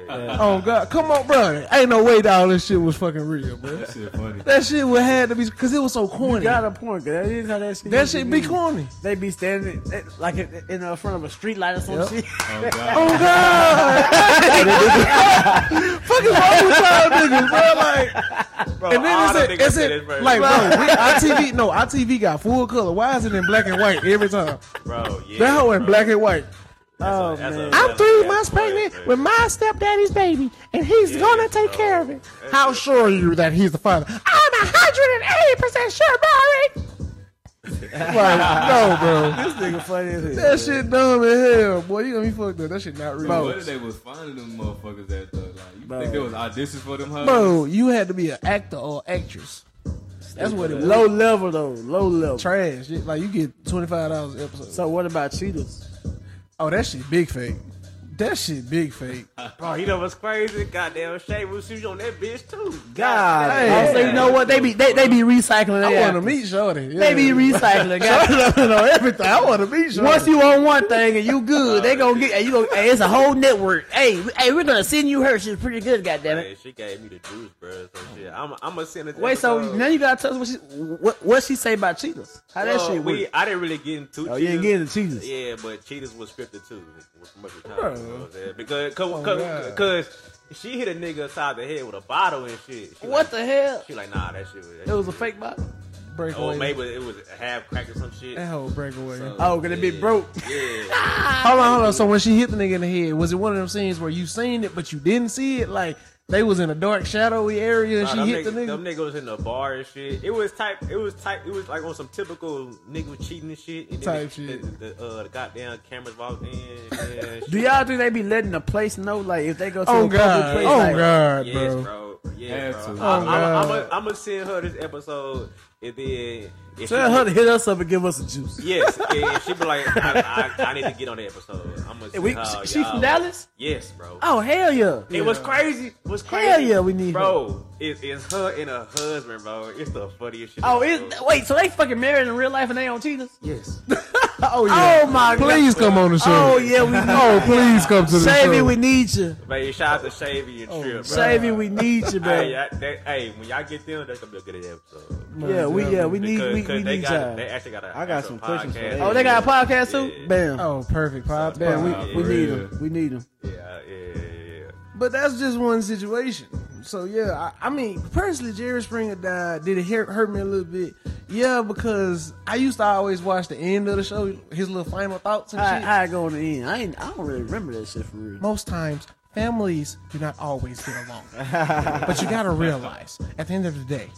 Right. Oh God, come on, bro. Ain't no way that all this shit was fucking real, bro. That shit funny. That shit would had to be because it was so corny. Got a point. 'cause That is how that shit. That used to shit be corny. They be standing eh, like in- in uh, front of a street light or some [LAUGHS] Yep. shit. Oh, God. Oh God, [LAUGHS] fucking wrong with y'all niggas, bro? Like, Bro, and then all the it's it, niggas it's said it, first. like, bro, we, our TV, no, our TV got full color. Why is it in black and white every time? bro, yeah. Oh, That hoe in bro. black and white. That's a- that's a- I'm that's a- three that's months a point, pregnant man. with my stepdaddy's baby, and he's Yeah, gonna take no. care of it. How sure are you that he's the father? I'm a hundred and eighty percent sure, Barry. Like, no, bro. This nigga funny as hell. That shit dumb as hell, boy. You gonna be fucked up. That shit not real. Bro, what if they was finding them motherfuckers at though? Like, you Bro. think there was auditions for them hoes? Bro, you had to be an actor or actress That's what it was. Low level though. Low level. Trash. Shit, Like you get twenty five dollars an episode. so what about cheetahs? Oh, that shit big fake. That shit big fake. Bro, you know what's crazy? Goddamn Shay Rusuji on that bitch too. God. Hey. so you know what? They be they, they be recycling. their I want to apples. meet Shorty. [LAUGHS] Yeah. They be recycling. God. Shorty know everything. I want to meet Shorty. Once you on one thing and you good, they gonna get hey, you. Gonna, hey, it's a whole network. Hey, we- hey, we're gonna send you her. She's pretty good. Goddamn it. Hey, she gave me the juice, bro. So shit, I'm, I'm gonna send it. Wait, so now you gotta tell us what she what, what she say about cheetahs? How that shit work? Uh, we, I didn't really get into. Oh, you ain't Cheetahs. getting the cheetahs. Yeah, but cheaters was scripted too. Was much of the time, Bro. you know what I'm saying? because Oh, God. because she hit a nigga upside the head with a bottle and shit. She What like, the hell? She like nah, that shit was. That It was a fake bottle. break Oh, away. maybe it was a half crack or some shit. That whole breakaway. Uh, Oh, gonna be broke. Yeah, [LAUGHS] hold on, hold on. So when she hit the nigga in the head, was it one of them scenes where you seen it but you didn't see it? Like they was in a dark shadowy area and Nah, she them, hit niggas, the nigga. them niggas was in the bar and shit. It was type. It was type. It was like on some typical nigga cheating and shit. And then Type the, shit. The, the, uh, the goddamn cameras walked in. [LAUGHS] And Do shit. y'all think they be letting the place know, like if they go to oh a public god. place? Oh like, god, yes, bro. bro. Yes, Had bro. to. I'm, Oh, I'm, I'm, God. I'm gonna send her this episode and then if Tell she- her to hit us up and give us a juice. [LAUGHS] Yes, and she be like, I, I, I need to get on the episode. I'm gonna. We- see how she- she y'all- from Dallas? Yes, bro. Oh hell yeah! It was crazy. It was Hell crazy. yeah, we need bro. It, it's her and her husband, bro. It's the funniest shit. Oh, ever, it, bro. wait, so they fucking married in real life and they on cheaters? yes. Oh yeah. [LAUGHS] Oh my god! please come on the show. Oh yeah, we need Oh, please come to the show. Shavy, we need you. Man, shout out to Shavy and Trip, bro. Oh, Shavy, we need you, Hey, man. y'all- they- hey, when y'all get them, that's gonna be a good episode. Yeah, we yeah we need Because we, cause we they need got, y'all. they actually got a. I got some questions for podcast. that. Oh, they got a podcast too. Yeah. Bam, Oh, perfect. Pod, bam. pod. We we for need real. them. We need them. Yeah, yeah, yeah, yeah. But that's just one situation. So yeah, I, I mean, personally, Jerry Springer died. Did it hurt, hurt me a little bit? Yeah, because I used to always watch the end of the show, his little final thoughts and How shit. how it go in the end? I ain't I don't really remember that shit for real. Most times, families do not always get along. but you gotta realize, at the end of the day,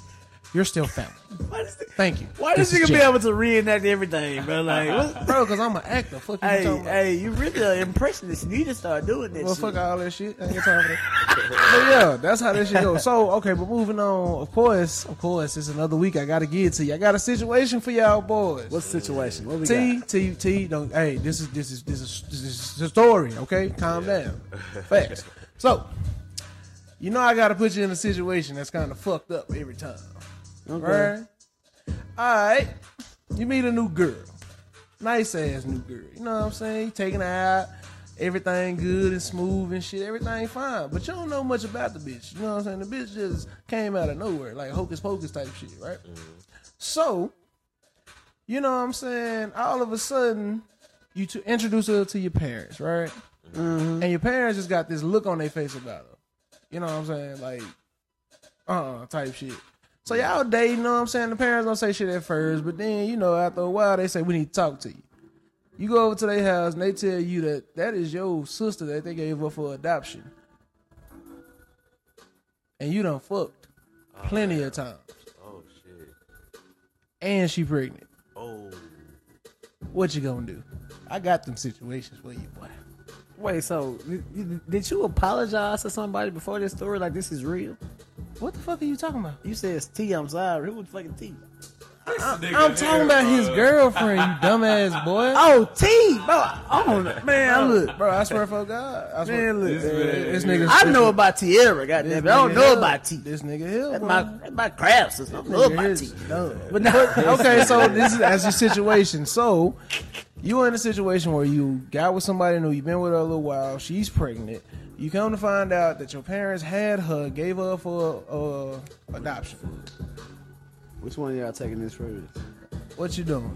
you're still family. Why does thi- Thank you. why does This nigga is be Jerry. able to reenact everything, [LAUGHS] bro? Like, what? Bro, because I'm an actor. Fuck you hey, talking about? hey, you really an impressionist. You need to start doing that. Well, shit. fuck all that shit. I ain't got time for that. [LAUGHS] but yeah, that's how that shit goes. So okay, but moving on. Of course, of course, it's another week. I gotta get to you. I got a situation for y'all boys. What's the situation? What we T got? T T. Don't. Hey, this is this is this is this is a story. Okay, calm down. Facts. So, you know, I gotta put you in a situation that's kind of fucked up every time. Okay. Right? All right. You meet a new girl. Nice ass new girl. You know what I'm saying? You taking her out. Everything good and smooth and shit. Everything fine. But you don't know much about the bitch. You know what I'm saying? The bitch just came out of nowhere. Like hocus pocus type shit, right? Mm-hmm. So, you know what I'm saying? All of a sudden, you to introduce her to your parents, right? And your parents just got this look on their face about her. You know what I'm saying? Like, uh uh type shit. So y'all dating, you know what I'm saying? The parents don't say shit at first, but then, you know, after a while, they say, we need to talk to you. You go over to their house and they tell you that that is your sister that they gave up for adoption. And you done fucked plenty of times. Oh shit. And she pregnant. Oh. What you gonna do? I got them situations for you, boy. Wait, so you- you- did you apologize to somebody before this story? Like, this is real? What the fuck are you talking about? You said it's T. I'm sorry. Who was fucking T? I'm talking about his girlfriend, you dumbass boy. [LAUGHS] Oh, T, bro. I don't know, man. Look, Look, bro, I swear for God. I swear. Man, look. this, this nigga. I know about Tierra. Goddamn, it. I don't nigga know Hill. about T. This nigga Hill. That's bro. my that's my crab sister. I don't know Nigga about is T. dumb. But no, okay, so this is as your situation. So you in a situation where you got with somebody new, you've been with her a little while, she's pregnant. You come to find out that your parents had her, gave her for uh, adoption. Which one of y'all taking this further? What you doing?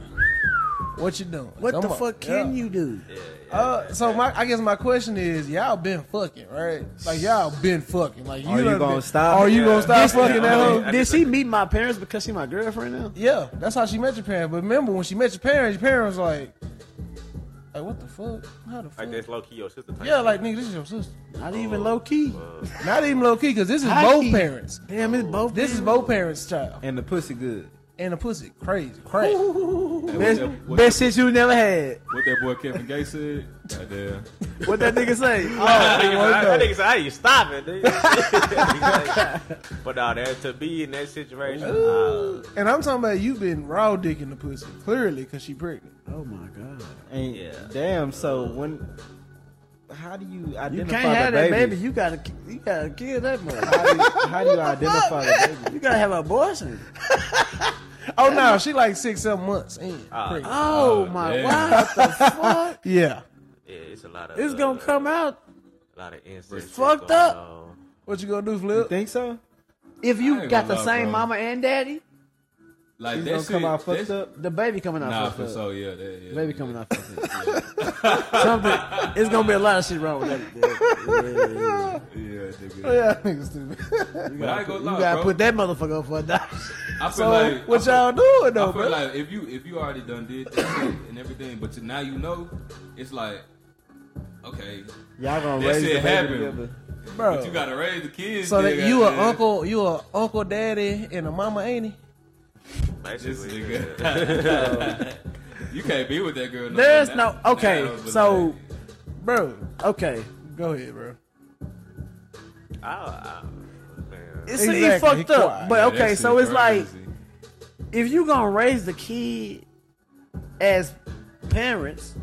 What you doing? What Come the on. fuck can Yeah. you do? Uh, so my, I guess my question is, y'all been fucking, right? Like y'all been fucking. Like you Are you done gonna been- stop? Are you gonna stop Did she- fucking that hoe? Did she meet my parents because she my girlfriend now? Yeah, that's how she met your parents. But remember, when she met your parents, your parents like, like what the fuck? How the fuck? Like that's low key your sister. Type yeah, like nigga, this is your sister. Not even low key. Not even low key, cause this is High both key. parents. Damn, it's both. This is both parents' child. And the pussy good. and the pussy crazy, crazy. Hey, Best, what, that, what, best shit you never had. what that boy Kevin Gates said? Goddamn. What that nigga say? Oh, I think what the- it's how you stop it, [LAUGHS] nigga. but nah, that to be in that situation, uh, And I'm talking about you been raw dicking the pussy clearly because she pregnant. Oh my god! [LAUGHS] And Yeah. damn, so when how do you identify You can't have the that baby? baby. You gotta, ki- you gotta kill that mother. How do you, [LAUGHS] how do you identify the baby? You gotta have an abortion. Oh no, she like six seven months in. Ah. pregnant. Oh, my god! What the fuck? yeah. yeah, it's a lot of. It's uh, gonna come out. A lot of instances. Fucked going up. on. What you gonna do, You Flip? think so? If I you ain't got the gonna lie, same bro. mama and daddy, Like He's that gonna shit. come out that fucked shit- up. the baby coming out. Nah, fucked for up. so yeah, that, yeah. Baby coming out. fucked up. Something. It's gonna be a lot of shit wrong with that. Yeah, nigga. Yeah, nigga stupid. But I ain't gonna lie, You gotta Ah, bro. put that motherfucker up for [LAUGHS] adoption. I feel So like what I y'all doing feel, though, I feel bro? like if you if you already done did that shit and everything, but you- now you know, it's like okay, Y'all gonna That raise the shit baby happened. together. but you bro. gotta raise the kids. So nigga, that you a goddamn. uncle, you a uncle, daddy, and a mama, ain't he? [LAUGHS] This Basically, nigga. you can't be with that girl. No There's more no now. okay. Now, but So Bro, okay, go ahead, bro. I, I, man. it's, it's Exactly. fucked up. Quiet. But like, that okay, shit so it's like crazy. if you gonna raise the kid as [LAUGHS] parents,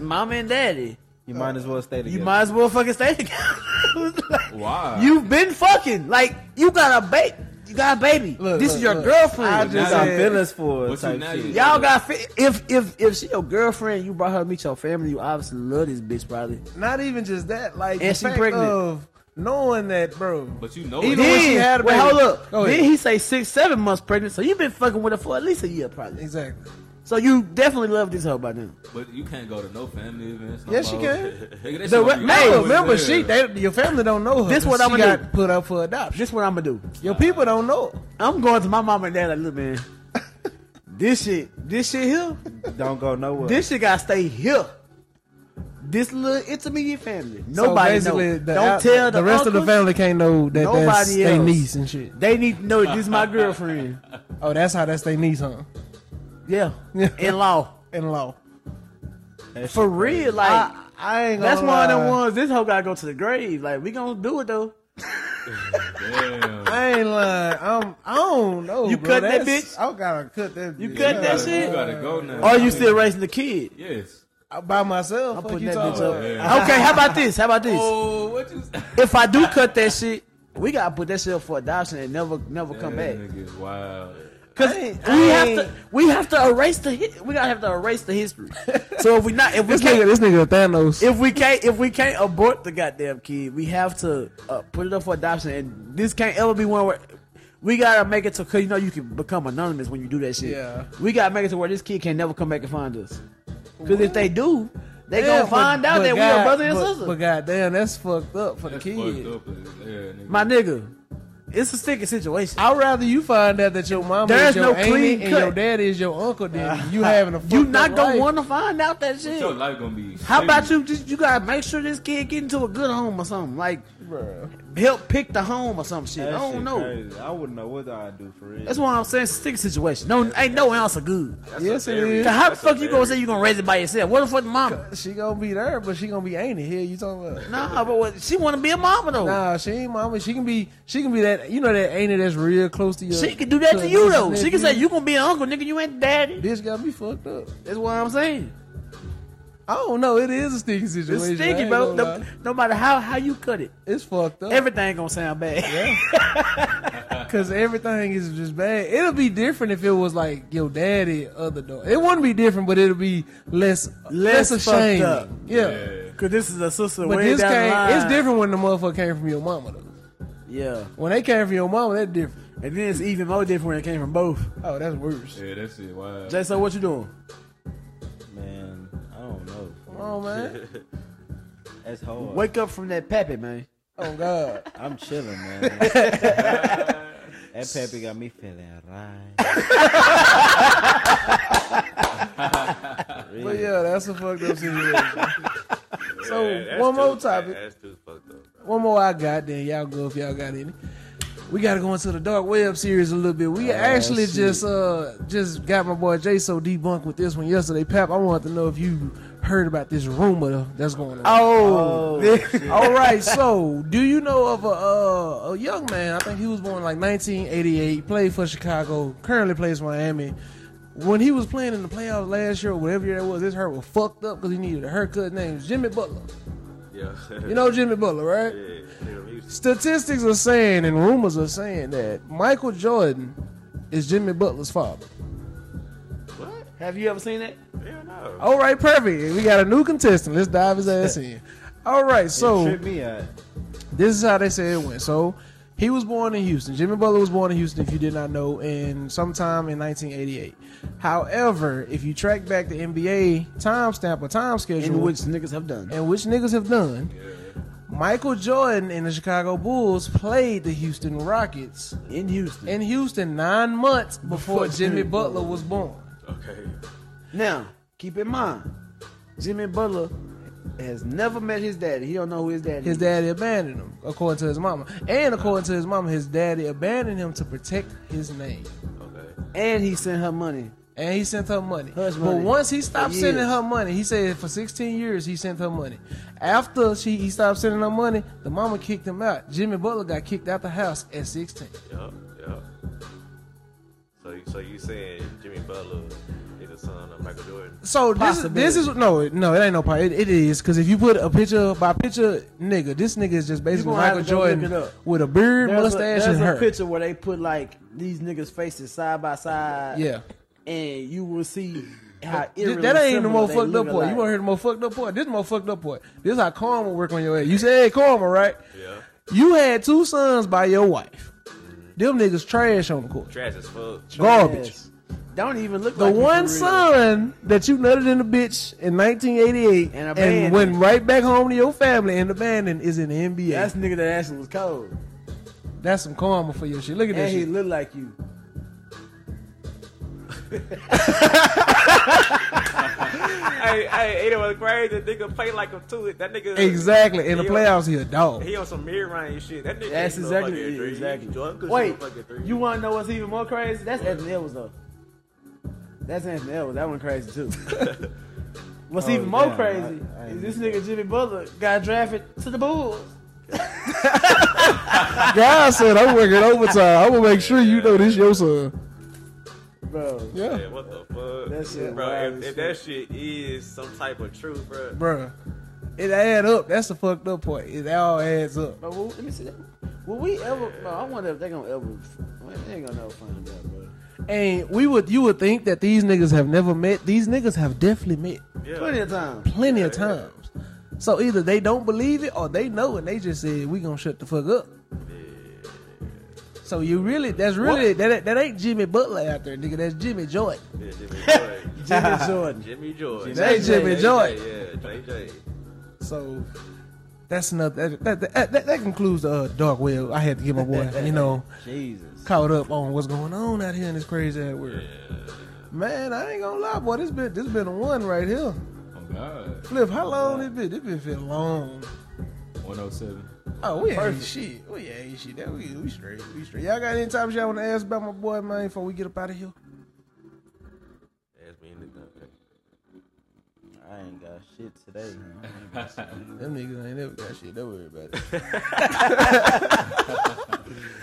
mom and daddy, You might as well stay together. you might as well fucking stay [LAUGHS] together. Like, Why? You've been fucking like you got a baby. You got a baby. Look, this look, is your look. girlfriend. I You just got said- feelings for her But you type now shit. you- Y'all got fi- if if if she your girlfriend, you brought her to meet your family. You obviously love this bitch, probably. Not even just that, like And the she fact pregnant. of knowing that, bro. But you know, Even it. when she had a wait, baby- hold up. Go Then ahead. he say six, seven months pregnant. So you been fucking with her for at least a year, probably. Exactly. So you definitely love this hoe by now. but you can't go to no family events. No Yes, she more. can. Nigga, that shit The gonna be re- Hey, always No, remember there. she they, your family don't know her. This 'cause what she I'ma got do. put up for adoption. This what I'm gonna do. Your people don't know. her. I'm going to my mom and dad like, look, man. [LAUGHS] This shit, this shit here, Don't go nowhere. this shit gotta stay here. This little intermediate family, So nobody basically, knows. the Don't out- tell the, the rest of the uncles. family can't know that Nobody that's they else. niece and shit. They need to know that this is my [LAUGHS] girlfriend. Oh, that's how that's they niece, huh? Yeah, in law, In law. for real. Like I ain't that's gonna one of them lie. ones. This hoe gotta go to the grave. Like we gonna do it though. Damn. I ain't lying. I'm, I don't know. You bro. cut that That's- I gotta cut that. You bitch. cut that You shit? gotta go now. Or you still raising the kid? Yes. I- by myself. I'm Fuck putting that you talking bitch about? up. about? Okay, how about this? How about this? Oh, what you? If I do cut that shit, we gotta put that shit up for adoption and never, never [LAUGHS] come back. Niggas, wow. Cause I ain't- we I have ain't- to, we have to erase the, hi- we gotta have to erase the [LAUGHS] history. so if we not, if we This nigga, can't, this nigga Thanos. if we can't, if we can't abort the goddamn kid, we have to uh, put it up for adoption. And this can't ever be one where we gotta make it to, cause you know you can become anonymous when you do that shit. Yeah. we gotta make it to where this kid can never come back and find us. Cause if they do, they Yeah, gonna but- find out but that we God- are brother and but, sister. But goddamn, that's fucked up for That's the kid. fucked up. Yeah, nigga. My nigga, it's a sticky situation. I'd rather you find out that your mama There's is your no auntie clean and cut. Uh, your daddy is your uncle. Then you having a fucked you not up gonna life. want to find out that But shit. your life gonna be. How about shitty. you? Just you gotta make sure this kid get into a good home or something. Like Bruh. help pick the home or some shit. That I don't shit know. crazy. I wouldn't know what I'd do for real. That's why I'm saying it's a sticky situation. No, ain't no answer good. That's Yes, a it very- is. How the that's a fuck you gonna very- say you gonna raise it by yourself? What the fuck, mama? She gonna be there, but she gonna be auntie. Here, you talking about? Nah, but what, she wanna be a mama though. Nah, she ain't mama. She can be. She can be that. You know that auntie that's real close to you. she can do that to you though. She can say you gonna be an uncle, nigga. You ain't daddy. Bitch got me fucked up. That's what I'm saying. I don't know. It is a sticky situation. It's I sticky, ain't bro. gonna No, lie. no matter how how you cut it, It's fucked up. everything gonna sound bad. Cause everything is just bad. It'll be different if it was like your daddy other dog. It wouldn't be different, but it'll be less Less less, fucked ashamed. up. Yeah. Cause this is a sister But way this down the came line. it's different when the motherfucker came from your mama though. Yeah, When they came from your mama, that's different. and then it's even more different when it came from both. Oh, that's worse. Yeah, that's it. Wow. Jay, so what you doing? Man, I don't know. Come on, man. That's hard. Wake up from that pappy, man. [LAUGHS] Oh God. I'm chilling, man. [LAUGHS] that pappy got me feeling right. But yeah, that's a fucked up situation. so Yeah, that's one too- more topic. That's too fucked up. One more I got, then y'all go if y'all got any. we gotta go into the dark web series a little bit. We actually just uh just got my boy Jay so debunked with this one yesterday. Pap, I wanted to know if you heard about this rumor that's going on. Oh, All right, so do you know of a, uh, a young man? I think he was born like 1988. Played for Chicago. Currently plays for Miami. When he was playing in the playoffs last year or whatever year that was, his hair was fucked up because he needed a haircut. Named Jimmy Butler. [LAUGHS] Yeah. You know Jimmy Butler, right? Yeah, nigga, we used Statistics are saying and rumors are saying that Michael Jordan is Jimmy Butler's father. to- What? have you ever seen that? Hell no. All right, perfect. We got a new contestant. Let's dive his ass in. All right, so Trip me out. this is how they say it went. So he was born in Houston. Jimmy Butler was born in Houston, if you did not know, in sometime in 1988. However, if you track back the NBA timestamp or time schedule, In which niggas have done. and which niggas have done, Michael Jordan and the Chicago Bulls played the Houston Rockets In Houston. in Houston nine months before Jimmy Butler was born. Okay. Now, keep in mind, Jimmy Butler has never met his daddy. He don't know who his daddy His is. daddy abandoned him, according to his mama. And according to his mama, his daddy abandoned him to protect his name. Okay. And he sent her money. and he sent her money. Hush But money. once he stopped For sending years. her money, he said for 16 years he sent her money. After she he stopped sending her money, the mama kicked him out. Jimmy Butler got kicked out the house at 16. Yeah. Yeah. So, so you saying Jimmy Butler is the son of Michael Jordan? So this is this is no no it ain't no part it, it is because if you put a picture by picture nigga this nigga is just basically gonna have Michael to go look it Jordan up. with a beard There's a, mustache there's and a hair. picture where they put like these niggas' faces side by side. Yeah. And you will see how Th- eerily that ain't similar the more they fucked look up part. You alike. want to hear the more fucked up part? This more fucked up part. This how karma work on your ass. You say, "Hey, karma, right? Yeah. You had two sons by your wife. Them niggas trash on the court. Trash as fuck. Garbage. Yes. Don't even look The like you for one real. son that you nutted in the bitch in 1988 And and, abandoned. went right back home to your family and abandoned is in the NBA. That's That's, nigga that actually was cold. some karma for your shit. Look at that And he shit. looked like you. hey, hey, it was crazy. That nigga play like him too. That nigga Exactly. In the He playoffs, he a [LAUGHS] dog. On, he on some mid range shit. That nigga. That's ain't no exactly fucking it. three. Exactly. Jordan could shoot Wait, a fucking three. you want to know what's even more crazy? That's Anthony Edwards though. That's Anthony Edwards. That one crazy [LAUGHS] too. what's even more damn, crazy I- I is this nigga Jimmy Butler got drafted to the Bulls. God said, I'm working overtime. I'm going to make sure you know this your son. Bro, Yeah. Yeah, what the fuck? That shit bro. wild If, as if that shit is some type of truth, bro. Bruh. It add up. That's the fucked up part. It all adds up. bro well, let me see that. Will we ever? No, I wonder if they gonna ever. They ain't gonna never find out, bro. And we would you would think that these niggas have never met. These niggas have definitely met Yeah. Plenty of times. plenty of times. So either they don't believe it or they know and they just said we gonna shut the fuck up. So you really that's really that that ain't Jimmy Butler out there, nigga. That's Jimmy Jordan. Yeah, Jimmy Jordan. Jimmy Jordan. Jimmy Jordan. That ain't Jimmy Jordan. Yeah, JJ. So that's enough. That that that, that, that concludes the uh, dark web. I had to get my boy, you know, Jesus. caught up on what's going on out here in this crazy ass world. Man, I ain't gonna lie, boy. This been this been a one right here. Oh God, Flip, how long it been? It been feeling long. 107. Oh, we ain't shit. We ain't shit. That we we straight. We straight. Y'all got any topics y'all want to ask about my boy, man? Before we get up out of here. That's me in the I ain't got shit today. Man. Them niggas ain't never got shit. Don't worry about it.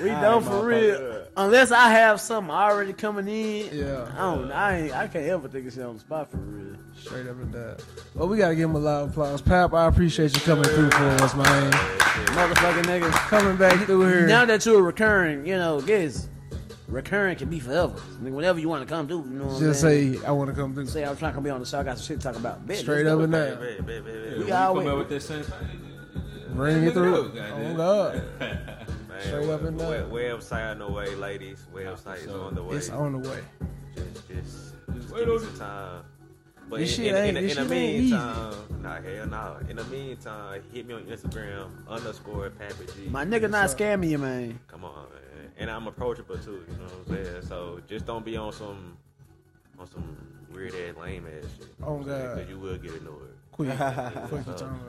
We done for real. Unless I have something already coming in. [LAUGHS] Yeah. I don't. I ain't. I can't ever think of shit on the spot for real. Straight up and down. Well, we gotta give him a loud applause, Pap. I appreciate you coming through for us, man. Motherfucking niggas. Coming back through here. Now that you're recurring, you know, guess recurring can be forever. I mean, whenever you want to come do, you know what I'm just saying? say I want to come through. Say I'm trying to be on the show. I got some shit to talk about. Bitch, Straight let's up do and it. down. baby, baby, baby, We baby. Come always out with that same thing. Bring it through. Oh God, Man, Straight up and we- down. we- Website on the way, ladies. Website is on the way. it's on the way. Just, just, just wait give me on some time. But This in, shit in, ain't- in, this in the shit ain't easy. meantime, nah, hell nah. In the meantime, hit me on Instagram underscore Pappy G. My nigga not scamming you, man. Come on, man. And I'm approachable too. You know what I'm saying? So just don't be on some on some weird ass lame ass shit. Oh, God. Because you will get ignored. Quick, quick return.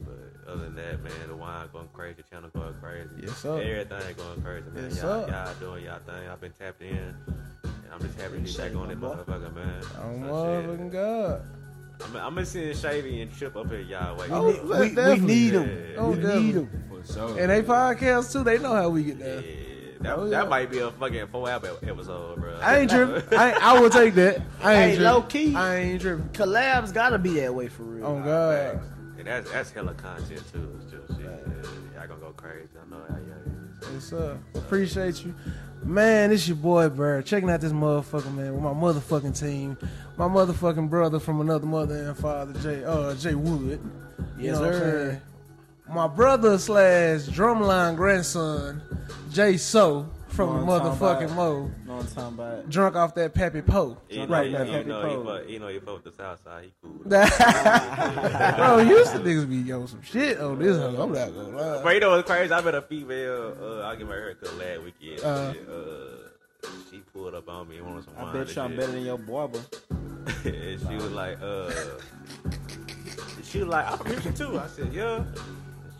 But other than that, man, the wine going crazy, the channel going crazy. Yes, sir. Everything going crazy, man. Yes, y'all, sir. y'all doing y'all thing. I've been tapped in. And I'm just happy to be back on that motherfucker, man. Oh So, motherfucking shit. God. I'm, I'm gonna send Shavy and Chip up here, y'all. Wait, Oh, We- we, definitely. need Yeah. them. Oh, we need definitely. them. [LAUGHS] For sure. And they podcast too. They know how we get yeah, down. that, Oh, yeah. that might be a fucking four hour episode, bro. I ain't [LAUGHS] tripping. I, I will take that. I ain't Hey, tripping. low key. I ain't tripping. Collabs gotta be that way for real. Oh God. And that's that's hella content too. It's just shit. Yeah, y'all gonna go crazy. I know how y'all What's up? Appreciate you. Man, it's your boy Bird. Checking out this motherfucker, man, with my motherfucking team. My motherfucking brother from another mother and father, Jay uh Jay Wood. You Yes, know what I'm sir. saying? My brother slash drumline grandson, Jay So from Know what I'm talking motherfucking about. Mo. Know what I'm talking about? Drunk off that Pappy Poe. [LAUGHS] is. Right, you that know, you Happy know, Pole. he fuck, you know, he fuck with the South Side. He cool. Bro, Houston niggas be yo some shit on this hoe. I'm not gonna lie. But you know what's crazy? I met a female. Uh, I get my haircut last weekend. Uh. and, uh, she pulled up on me and wanted some wine. I bet you I'm and better than your barber. shit. and she was like, uh, she was like, I'm from Houston too. I said, yeah.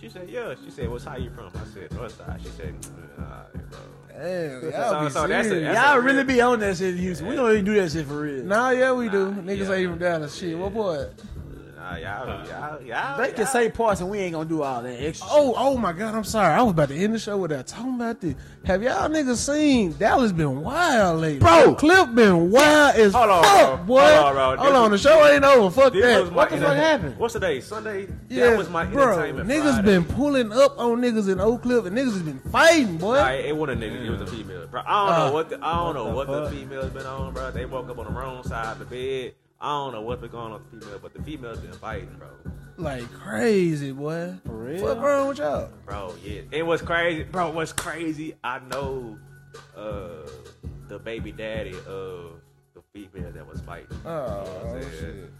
She said, yeah. She said, what's how you from? I said, North Side. She said, "Mm, all right, bro. Damn, y'all be So- so that's a- serious. that's Y'all a really real- be on that shit in Houston. We don't even do that shit for real. Nah, yeah, we do. Nah, Niggas yeah. ain't from Dallas. Shit, what boy? Nah, y'all, y'all, y'all. They can y'all- say parts and we ain't gonna do all that extra. shit. Oh, oh my God! I'm sorry. I was about to end the show without talking about this. Have y'all niggas seen Dallas been wild lately? Bro, clip been wild as Hold on, fuck, bro. boy. Hold on, bro. Hold This on, the show ain't over. Fuck This that. was my What the fuck entertainment- happened? What's today? Sunday. Yeah, that was my bro. entertainment. Niggas Friday. been pulling up on niggas in Oak Cliff, and niggas has been fighting, boy. Nah, it wasn't a nigga. It was a female. Bro, I don't Uh, know what the, I don't know what the fuck? female's been on, bro. They woke up on the wrong side of the bed. I don't know what's been going on with the female, but the female's been fighting, bro. Like crazy, boy. For real? What's wrong with y'all? Bro, yeah. And what's crazy, bro? What's crazy? I know uh, the baby daddy of the female that was fighting. You know what I'm Oh, saying? shit.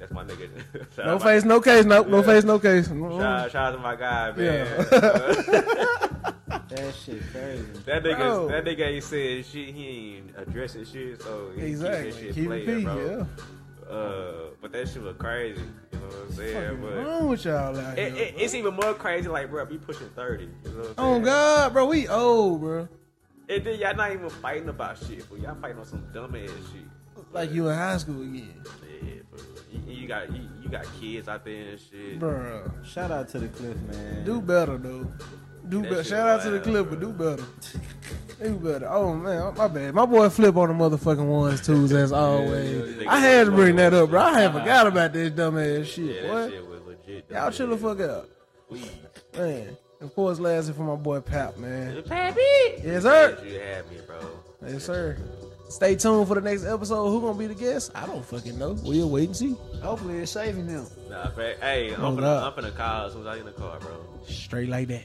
That's my nigga. [LAUGHS] Shout No out my- face, no case, no, no Yeah. face, no case. Shout, shout out to my guy, [LAUGHS] man. Yeah. That shit crazy. That nigga, Bro. that nigga ain't saying shit. He ain't addressing shit, so he Exactly. keep that shit Keep it playing, peak, bro. yeah. Uh, but that shit was crazy. You know what I'm saying? What's But wrong with y'all out it, here? it, it's even more crazy. Like, bro, you pushing thirty. You know what I'm Oh saying? God, bro, we old, bro. And then y'all not even fighting about shit, but y'all fighting on some dumb ass shit. Like you in high school again, Yeah, but you, you got you, you got kids out there and shit. bro. Shout out to the cliff, man. Do better though. Do That better. shit Shout out to the wild, Clipper. bro. Do better. Do better. Oh man, my bad. My boy Flip on the motherfucking ones twos as always. yeah. I had to bring that up, bro. I had forgot about this dumb ass shit. Yeah, that boy. shit was legit. Y'all chill the fuck out, Please. man. Of course, lastly for my boy Pap, man. Pappy. Yes, sir. You had me, bro. Yes, sir. Stay tuned for the next episode. Who gonna be the guest? I don't fucking know. We'll wait and see. Hopefully it's saving them. Nah, fact. Hey, I'm Hold finna, I'm up. finna call as soon as I get in the car, bro. All Straight like that.